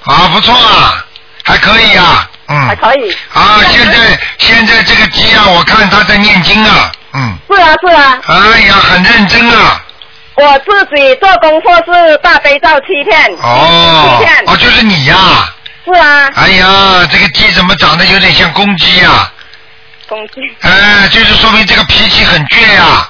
[SPEAKER 1] 啊，不错啊，还可以啊，嗯，
[SPEAKER 7] 还可以。
[SPEAKER 1] 啊，现在现在这个鸡啊，我看他在念经啊，嗯，
[SPEAKER 7] 是啊是啊，
[SPEAKER 1] 哎呀，很认真啊，
[SPEAKER 7] 我自己做功课是大悲咒七片，
[SPEAKER 1] 哦
[SPEAKER 7] 七片，
[SPEAKER 1] 哦，就是你呀、
[SPEAKER 7] 是啊，
[SPEAKER 1] 哎呀，这个鸡怎么长得有点像公鸡呀、啊？
[SPEAKER 7] 公鸡
[SPEAKER 1] 哎，就是说明这个脾气很倔呀、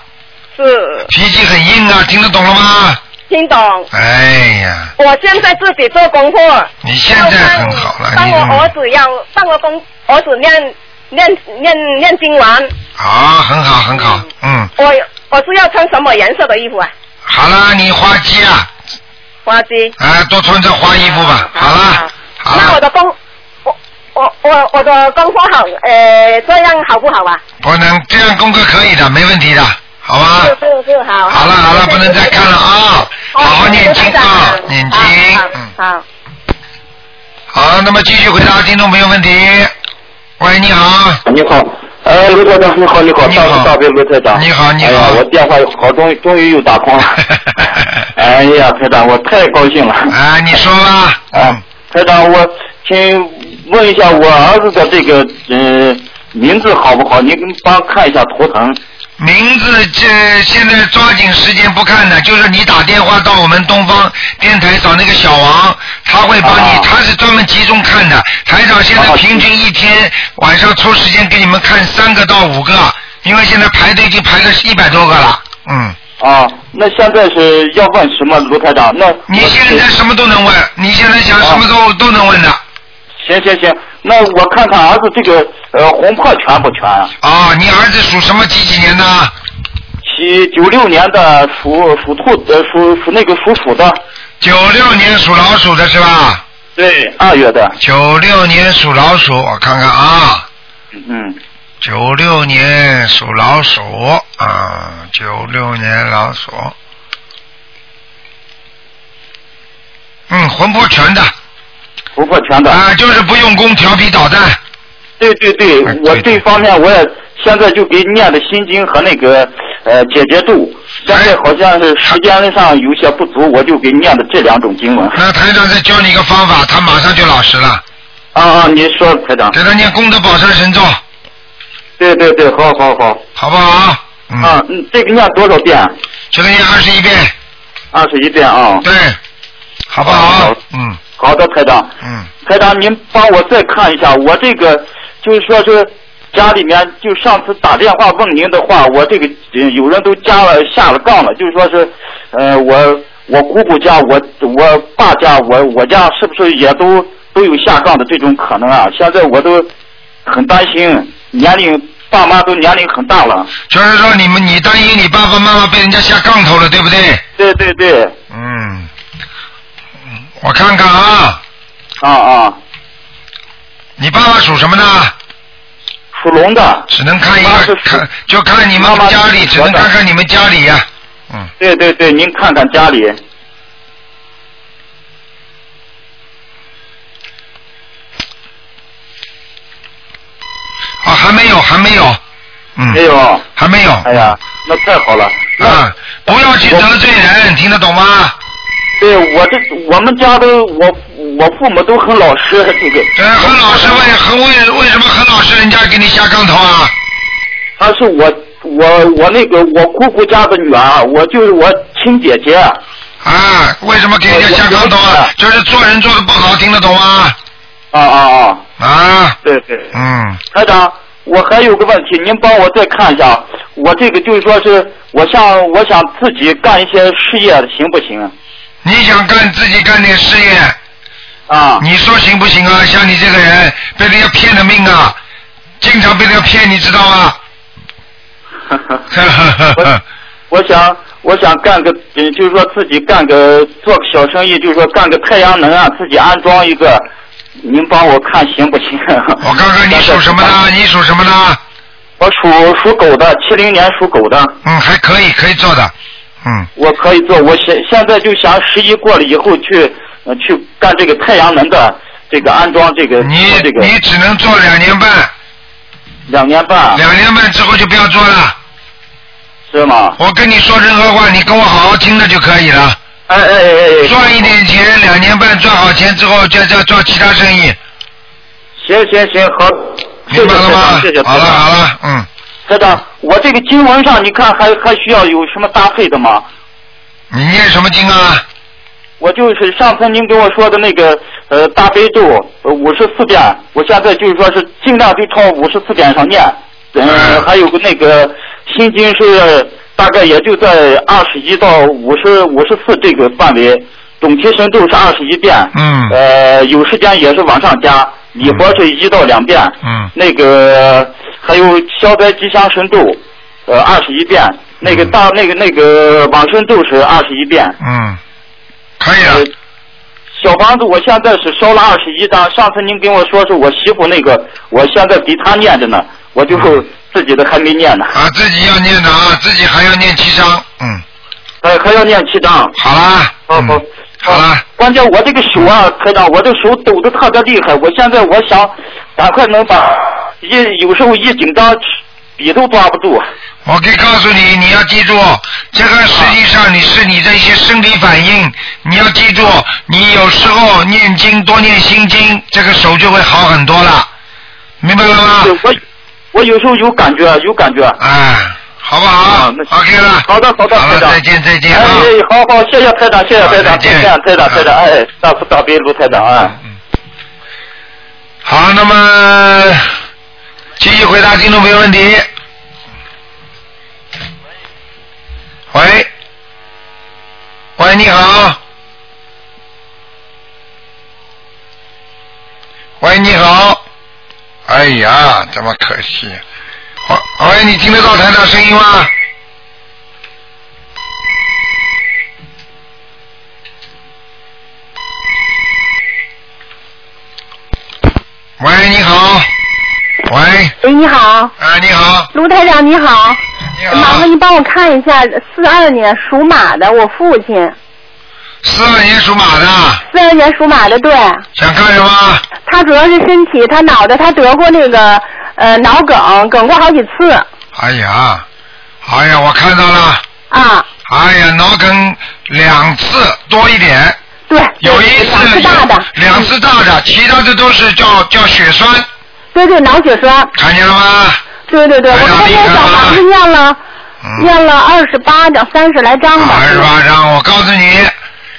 [SPEAKER 7] 是
[SPEAKER 1] 脾气很硬啊，听得懂了吗？
[SPEAKER 7] 听懂。
[SPEAKER 1] 哎呀，
[SPEAKER 7] 我现在自己做功课，
[SPEAKER 1] 你现在很好了，
[SPEAKER 7] 帮
[SPEAKER 1] 你嗯
[SPEAKER 7] 我儿子要帮我公儿子念念念念经完，
[SPEAKER 1] 啊，很好很好，嗯，
[SPEAKER 7] 我我是要穿什么颜色的衣服啊？
[SPEAKER 1] 好啦，你花鸡啊，
[SPEAKER 7] 花鸡。
[SPEAKER 1] 啊，多穿点花衣服吧，好啦，
[SPEAKER 7] 那我的功，我我我我的功课好，呃，这样好不好啊？
[SPEAKER 1] 不能这样功课可以的，没问题的，好吧？
[SPEAKER 7] 是是是，好。
[SPEAKER 1] 好了好了，不能再看了啊，
[SPEAKER 7] 哦
[SPEAKER 1] 好好念经啊，念经，嗯。
[SPEAKER 7] 好。
[SPEAKER 1] 好，那么继续回答听众朋友问题。喂，你好，
[SPEAKER 10] 你好，呃，卢台长，你好，你好，大慈大悲卢台长。你好，你好。哎呀，我电话好，终于终于又打通了。哎 呀，台长，我太高兴了。
[SPEAKER 1] 啊，你说吧。
[SPEAKER 10] 啊，台长，我请问一下我儿子的这个呃名字好不好？您帮看一下图腾。
[SPEAKER 1] 名字这现在抓紧时间不看的，就是你打电话到我们东方电台找那个小王，他会帮你，他是专门集中看的。台长现在平均一天晚上抽时间给你们看三个到五个，因为现在排队已经排了一百多个了。嗯。
[SPEAKER 10] 啊，那现在是要问什么，卢台长？那
[SPEAKER 1] 你现在什么都能问，你现在想什么都、都能问的。
[SPEAKER 10] 行行行，那我看看儿子这个呃魂魄全不全啊？
[SPEAKER 1] 啊，你儿子属什么？几几年的？
[SPEAKER 10] 七九六年的属属兔呃属属那个属鼠的。
[SPEAKER 1] 九六年属老鼠的是吧？
[SPEAKER 10] 对，二月的。
[SPEAKER 1] 九六年属老鼠，我看看啊。
[SPEAKER 10] 嗯。
[SPEAKER 1] 九六年属老鼠啊，九六年老鼠。嗯，魂魄全的。
[SPEAKER 10] 不破全的
[SPEAKER 1] 啊，就是不用功，调皮捣蛋。
[SPEAKER 10] 对对哎对，我这方面我也现在就给念的心经和那个呃解结度，现在好像是时间上有些不足，我就给念的这两种经文。
[SPEAKER 1] 那台长再教你一个方法，他马上就老实了。
[SPEAKER 10] 啊啊，你说台长。
[SPEAKER 1] 给他念功德宝山神咒。
[SPEAKER 10] 对对对，好好好。
[SPEAKER 1] 好不好？嗯、
[SPEAKER 10] 啊，嗯，这个念多少遍？
[SPEAKER 1] 这个念二十一遍。
[SPEAKER 10] 二十一遍啊。
[SPEAKER 1] 对。好不好？好嗯。
[SPEAKER 10] 好的，台长。
[SPEAKER 1] 嗯。
[SPEAKER 10] 台长，您帮我再看一下，我这个就是说是家里面，就上次打电话问您的话，我这个、呃、有人都加了下了杠了，就是说是，呃，我我姑姑家，我我爸家，我我家是不是也都都有下杠的这种可能啊？现在我都很担心，年龄爸妈都年龄很大了。
[SPEAKER 1] 就是说你们你担心你爸爸妈妈被人家下杠头了，对不对？
[SPEAKER 10] 对对对。
[SPEAKER 1] 嗯。我看看啊，
[SPEAKER 10] 啊啊，
[SPEAKER 1] 你爸爸属什么呢？
[SPEAKER 10] 属龙的，
[SPEAKER 1] 只能看一个，看就看你们家里，只能看看你们家里呀、啊。嗯，
[SPEAKER 10] 对对对，您看看家里。
[SPEAKER 1] 啊，还没有，还没有，嗯，
[SPEAKER 10] 没有，
[SPEAKER 1] 还没有。
[SPEAKER 10] 哎呀，那太好了。
[SPEAKER 1] 啊，不要去得罪人，听得懂吗？
[SPEAKER 10] 对我这我们家都我我父母都很老实，这个。
[SPEAKER 1] 对，很老实，为很为为什么很老实？人家给你下杠头啊？
[SPEAKER 10] 他是我我我那个我姑姑家的女儿，啊我就是我亲姐姐。
[SPEAKER 1] 啊，为什么给人家下杠头啊？就是做人做的不好，听得懂吗？
[SPEAKER 10] 啊啊
[SPEAKER 1] 啊！啊，
[SPEAKER 10] 对对。
[SPEAKER 1] 嗯。
[SPEAKER 10] 台长，我还有个问题，您帮我再看一下，我这个就是说是我想我想自己干一些事业，行不行？
[SPEAKER 1] 你想干自己干点事业，
[SPEAKER 10] 啊，
[SPEAKER 1] 你说行不行啊？像你这个人被人家骗了命啊，经常被人家骗，你知道吗？
[SPEAKER 10] 哈哈哈我想，我想干个，就是说自己干个做个小生意，就是说干个太阳能啊，自己安装一个，您帮我看行不行？
[SPEAKER 1] 我看看你属什么呢？你属什么呢？
[SPEAKER 10] 我属属狗的，七零年属狗的。
[SPEAKER 1] 嗯，还可以，可以做的。嗯，
[SPEAKER 10] 我可以做，我现现在就想十一过了以后去、呃、去干这个太阳能的这个安装这个
[SPEAKER 1] 你
[SPEAKER 10] 这个。
[SPEAKER 1] 你只能做两年半。
[SPEAKER 10] 两年半。
[SPEAKER 1] 两年半之后就不要做了。
[SPEAKER 10] 是吗？
[SPEAKER 1] 我跟你说任何话，你跟我好好听着就可以了。
[SPEAKER 10] 哎哎哎哎。
[SPEAKER 1] 赚一点钱，两年半赚好钱之后，再再做其他生意。
[SPEAKER 10] 行行行，好。
[SPEAKER 1] 明白了吗？
[SPEAKER 10] 谢谢
[SPEAKER 1] 好了好了，嗯。
[SPEAKER 10] 科长，我这个经文上，你看还还需要有什么搭配的吗？
[SPEAKER 1] 你念什么经啊？
[SPEAKER 10] 我就是上次您给我说的那个呃大悲咒五十四遍，我现在就是说是尽量就朝五十四遍上念，嗯、呃，还有个那个心经是大概也就在二十一到五十五十四这个范围，总提神咒是二十一遍，
[SPEAKER 1] 嗯，
[SPEAKER 10] 呃，有时间也是往上加。礼佛是一到两遍，
[SPEAKER 1] 嗯，
[SPEAKER 10] 那个还有消灾吉祥神咒，呃，二十一遍，那个大那个那个往生咒是二十一遍，
[SPEAKER 1] 嗯，可以啊、呃。
[SPEAKER 10] 小房子我现在是烧了二十一张，上次您跟我说是我媳妇那个，我现在给她念着呢，我就
[SPEAKER 1] 嗯
[SPEAKER 10] 自己的还没念呢。
[SPEAKER 1] 啊，自己要念的啊，自己还要念七张，嗯，
[SPEAKER 10] 呃，还要念七张。
[SPEAKER 1] 好啦，
[SPEAKER 10] 好好。
[SPEAKER 1] 嗯好了，
[SPEAKER 10] 关键我这个手啊，台长，我这手抖得特别厉害。我现在我
[SPEAKER 1] 啊
[SPEAKER 10] 想赶快能把一有时候一紧张笔都抓不住。
[SPEAKER 1] 我可以告诉你，你要记住，这个实际上你是你的一些生理反应，你要记住，你有时候念经多念心经，这个手就会好很多了，明白了吗？
[SPEAKER 10] 我我有时候有感觉，有感觉。
[SPEAKER 1] 哎，好不好？OK 了。
[SPEAKER 10] 啊好的，好的，
[SPEAKER 1] 好
[SPEAKER 10] 台
[SPEAKER 1] 了，
[SPEAKER 10] 长
[SPEAKER 1] 再。见再见
[SPEAKER 10] 哎
[SPEAKER 1] 啊！，
[SPEAKER 10] 好好，谢谢台长，谢谢台
[SPEAKER 1] 好再
[SPEAKER 10] 长，再
[SPEAKER 1] 见啊
[SPEAKER 10] 见，台长，台长，哎，大慈大悲卢台长啊。
[SPEAKER 1] 好，那么继续回答听众朋友问题。喂，喂，你好。喂，你好。哎呀，这么可惜。喂，喂，你听得到台长声音吗？喂，你好。喂，
[SPEAKER 4] 哎，你好，
[SPEAKER 1] 啊，你好，
[SPEAKER 4] 卢台长，你好。
[SPEAKER 1] 你
[SPEAKER 4] 麻烦你帮我看一下，四二年属马的，我父亲。
[SPEAKER 1] 四二年属马的，
[SPEAKER 4] 四二年属马的，对。
[SPEAKER 1] 想看什么？
[SPEAKER 4] 他主要是身体，他脑袋，他得过那个呃脑梗，梗过好几次
[SPEAKER 1] 哎呀，哎呀，我看到了。
[SPEAKER 4] 啊。
[SPEAKER 1] 哎呀，脑梗两次多一点。
[SPEAKER 4] 对。
[SPEAKER 1] 有一次两次大的。两次大
[SPEAKER 4] 嗯
[SPEAKER 1] 的，其他的都是叫叫血栓。
[SPEAKER 4] 对对，脑血栓。
[SPEAKER 1] 看见了吗？
[SPEAKER 4] 对对对，
[SPEAKER 7] 哎
[SPEAKER 4] 我看他念小房子念了，念了二十八张、三十来张吧。
[SPEAKER 1] 二十八张，我告诉你，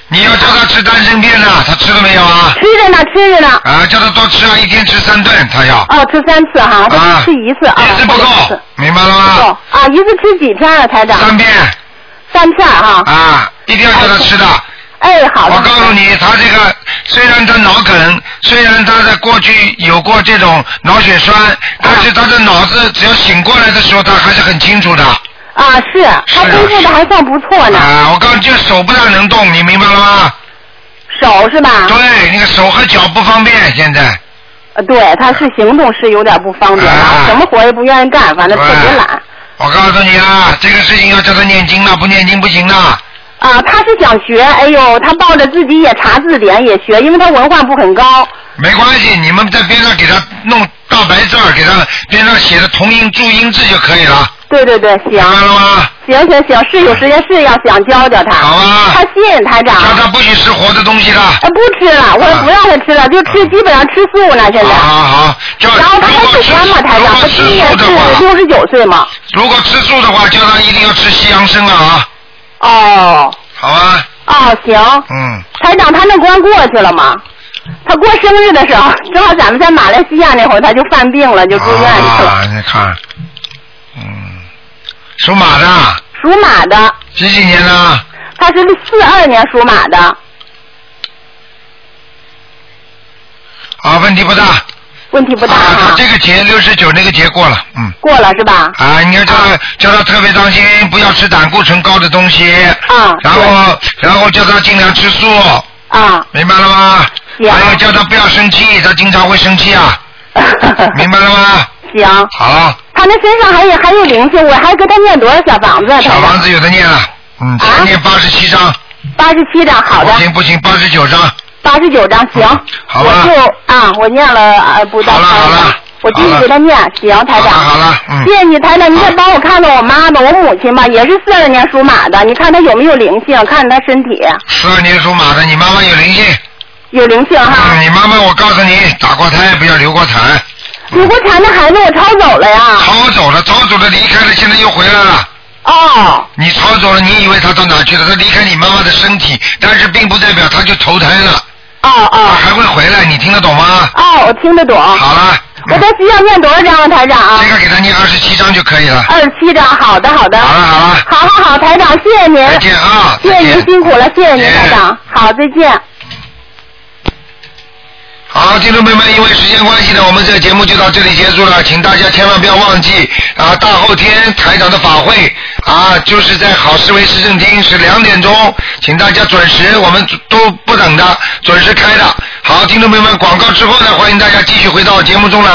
[SPEAKER 1] 你要叫他吃丹参片呢，他吃了没有啊？
[SPEAKER 4] 吃着呢，吃着呢。
[SPEAKER 1] 啊，叫他多吃啊，一天吃三顿，他要。
[SPEAKER 4] 哦，吃三次哈，他只吃一次啊。一次不够。
[SPEAKER 1] 明白了
[SPEAKER 4] 吗？啊，一次吃几片啊，台长？
[SPEAKER 1] 三片。
[SPEAKER 4] 三片哈。
[SPEAKER 1] 啊，一定要叫他吃的。
[SPEAKER 4] 哎，好
[SPEAKER 1] 我告诉你，他这个虽然他脑梗，虽然他在过去有过这种脑血
[SPEAKER 4] 嗯
[SPEAKER 1] 栓，但是他的脑子只要醒过来的时候，他还是很清楚的。
[SPEAKER 4] 啊，是，他恢复的还算不错呢。
[SPEAKER 1] 啊，我告诉你，就手不大能动，你明白了吗？
[SPEAKER 4] 手是吧？
[SPEAKER 1] 对，那个手和脚不方便，现在。
[SPEAKER 4] 呃，对，他是行动是有点不方便，
[SPEAKER 1] 啊
[SPEAKER 4] 然后什么活也不愿意干，反正特别懒。
[SPEAKER 1] 我告诉你啊，这个事情要叫他念经了，不念经不行的。
[SPEAKER 4] 啊，他是想学，哎呦，他抱着自己也查字典也学，因为他文化不很高。
[SPEAKER 1] 没关系，你们在边上给他弄大白字儿，给他边上写的同音注音字就可以了。
[SPEAKER 4] 对对对，行。行行行，是有时间是要想教教他。好啊。他信台长。教
[SPEAKER 1] 他不许吃活的东西了。
[SPEAKER 4] 呃，不吃了，我不让他吃了，就吃基本上吃素呢，现在。
[SPEAKER 1] 好好。
[SPEAKER 4] 然后他还主观嘛，台长，他今年是六十九岁嘛。
[SPEAKER 1] 如果吃素的话，叫他一定要吃西洋参啊。
[SPEAKER 4] 哦。
[SPEAKER 1] 好啊。
[SPEAKER 4] 哦，行。
[SPEAKER 1] 嗯。
[SPEAKER 4] 台长，他那关过去了吗？他过生日的时候，正好咱们在马来西亚那会儿，他就犯病了，就住院去了。
[SPEAKER 1] 啊，你看，嗯，属马的，
[SPEAKER 4] 属马的，
[SPEAKER 1] 几几年的？
[SPEAKER 4] 他是四二年属马的，
[SPEAKER 1] 啊，问题不大。
[SPEAKER 4] 问题不大
[SPEAKER 1] 啊，这个节六十九那个节过了，嗯。
[SPEAKER 4] 过了是吧？
[SPEAKER 1] 啊，你要叫他、叫他特别当心，不要吃胆固醇高的东西。
[SPEAKER 4] 啊。
[SPEAKER 1] 然后然后叫他尽量吃素。
[SPEAKER 4] 啊。
[SPEAKER 1] 明白了吗？还有叫他不要生气，他经常会生气啊。明白了吗？
[SPEAKER 4] 行。
[SPEAKER 1] 好，
[SPEAKER 4] 他那身上还有还有灵性，我还给他念多少小房子啊？
[SPEAKER 1] 小房子有的念了，嗯，再念八十七章。
[SPEAKER 4] 八十七张，啊好的。
[SPEAKER 1] 不行不行，八十九章。嗯
[SPEAKER 4] 八十九张，行。
[SPEAKER 1] 好
[SPEAKER 4] 我
[SPEAKER 1] 吧
[SPEAKER 4] 就啊，我念了呃不到三张，我继续给他念，行，台长。嗯好
[SPEAKER 1] 了，嗯
[SPEAKER 4] 谢谢你，台长，你再帮我看看我妈吧，我母亲吧，也是四二年属马的，你看她有没有灵性，看她身体
[SPEAKER 1] 十二年属马的，你妈妈有灵性。
[SPEAKER 4] 有灵性啊哈。啊
[SPEAKER 1] 嗯，你妈妈，我告诉你，打过胎，不要流过产。
[SPEAKER 4] 流过产的孩子我抄走了呀。
[SPEAKER 1] 抄走了，抄走了，离开了，现在又回来了。
[SPEAKER 4] 哦。
[SPEAKER 1] 你抄走了，你以为他到哪去了？他离开你妈妈的身体，但是并不代表他就投胎了。
[SPEAKER 4] 哦哦。
[SPEAKER 1] 还会回来，你听得懂吗？
[SPEAKER 4] 哦，我听得懂。好
[SPEAKER 1] 了。
[SPEAKER 4] 我在需要念多少张啊，台长啊？
[SPEAKER 1] 这个给他念二十七章就可以了。
[SPEAKER 4] 二十七张，好的好的。好了
[SPEAKER 1] 好了。
[SPEAKER 4] 好好好，台长，谢谢您。
[SPEAKER 1] 再见啊
[SPEAKER 4] 谢谢您辛苦了，谢谢您，台长。好，再见。
[SPEAKER 1] 好，听众朋友们，因为时间关系呢，我们这个节目就到这里结束了，请大家千万不要忘记啊，大后天台长的法会啊，就是在好思维市政厅是两点钟，请大家准时，我们都不等的，准时开的。好，听众朋友们，广告之后呢，欢迎大家继续回到节目中来。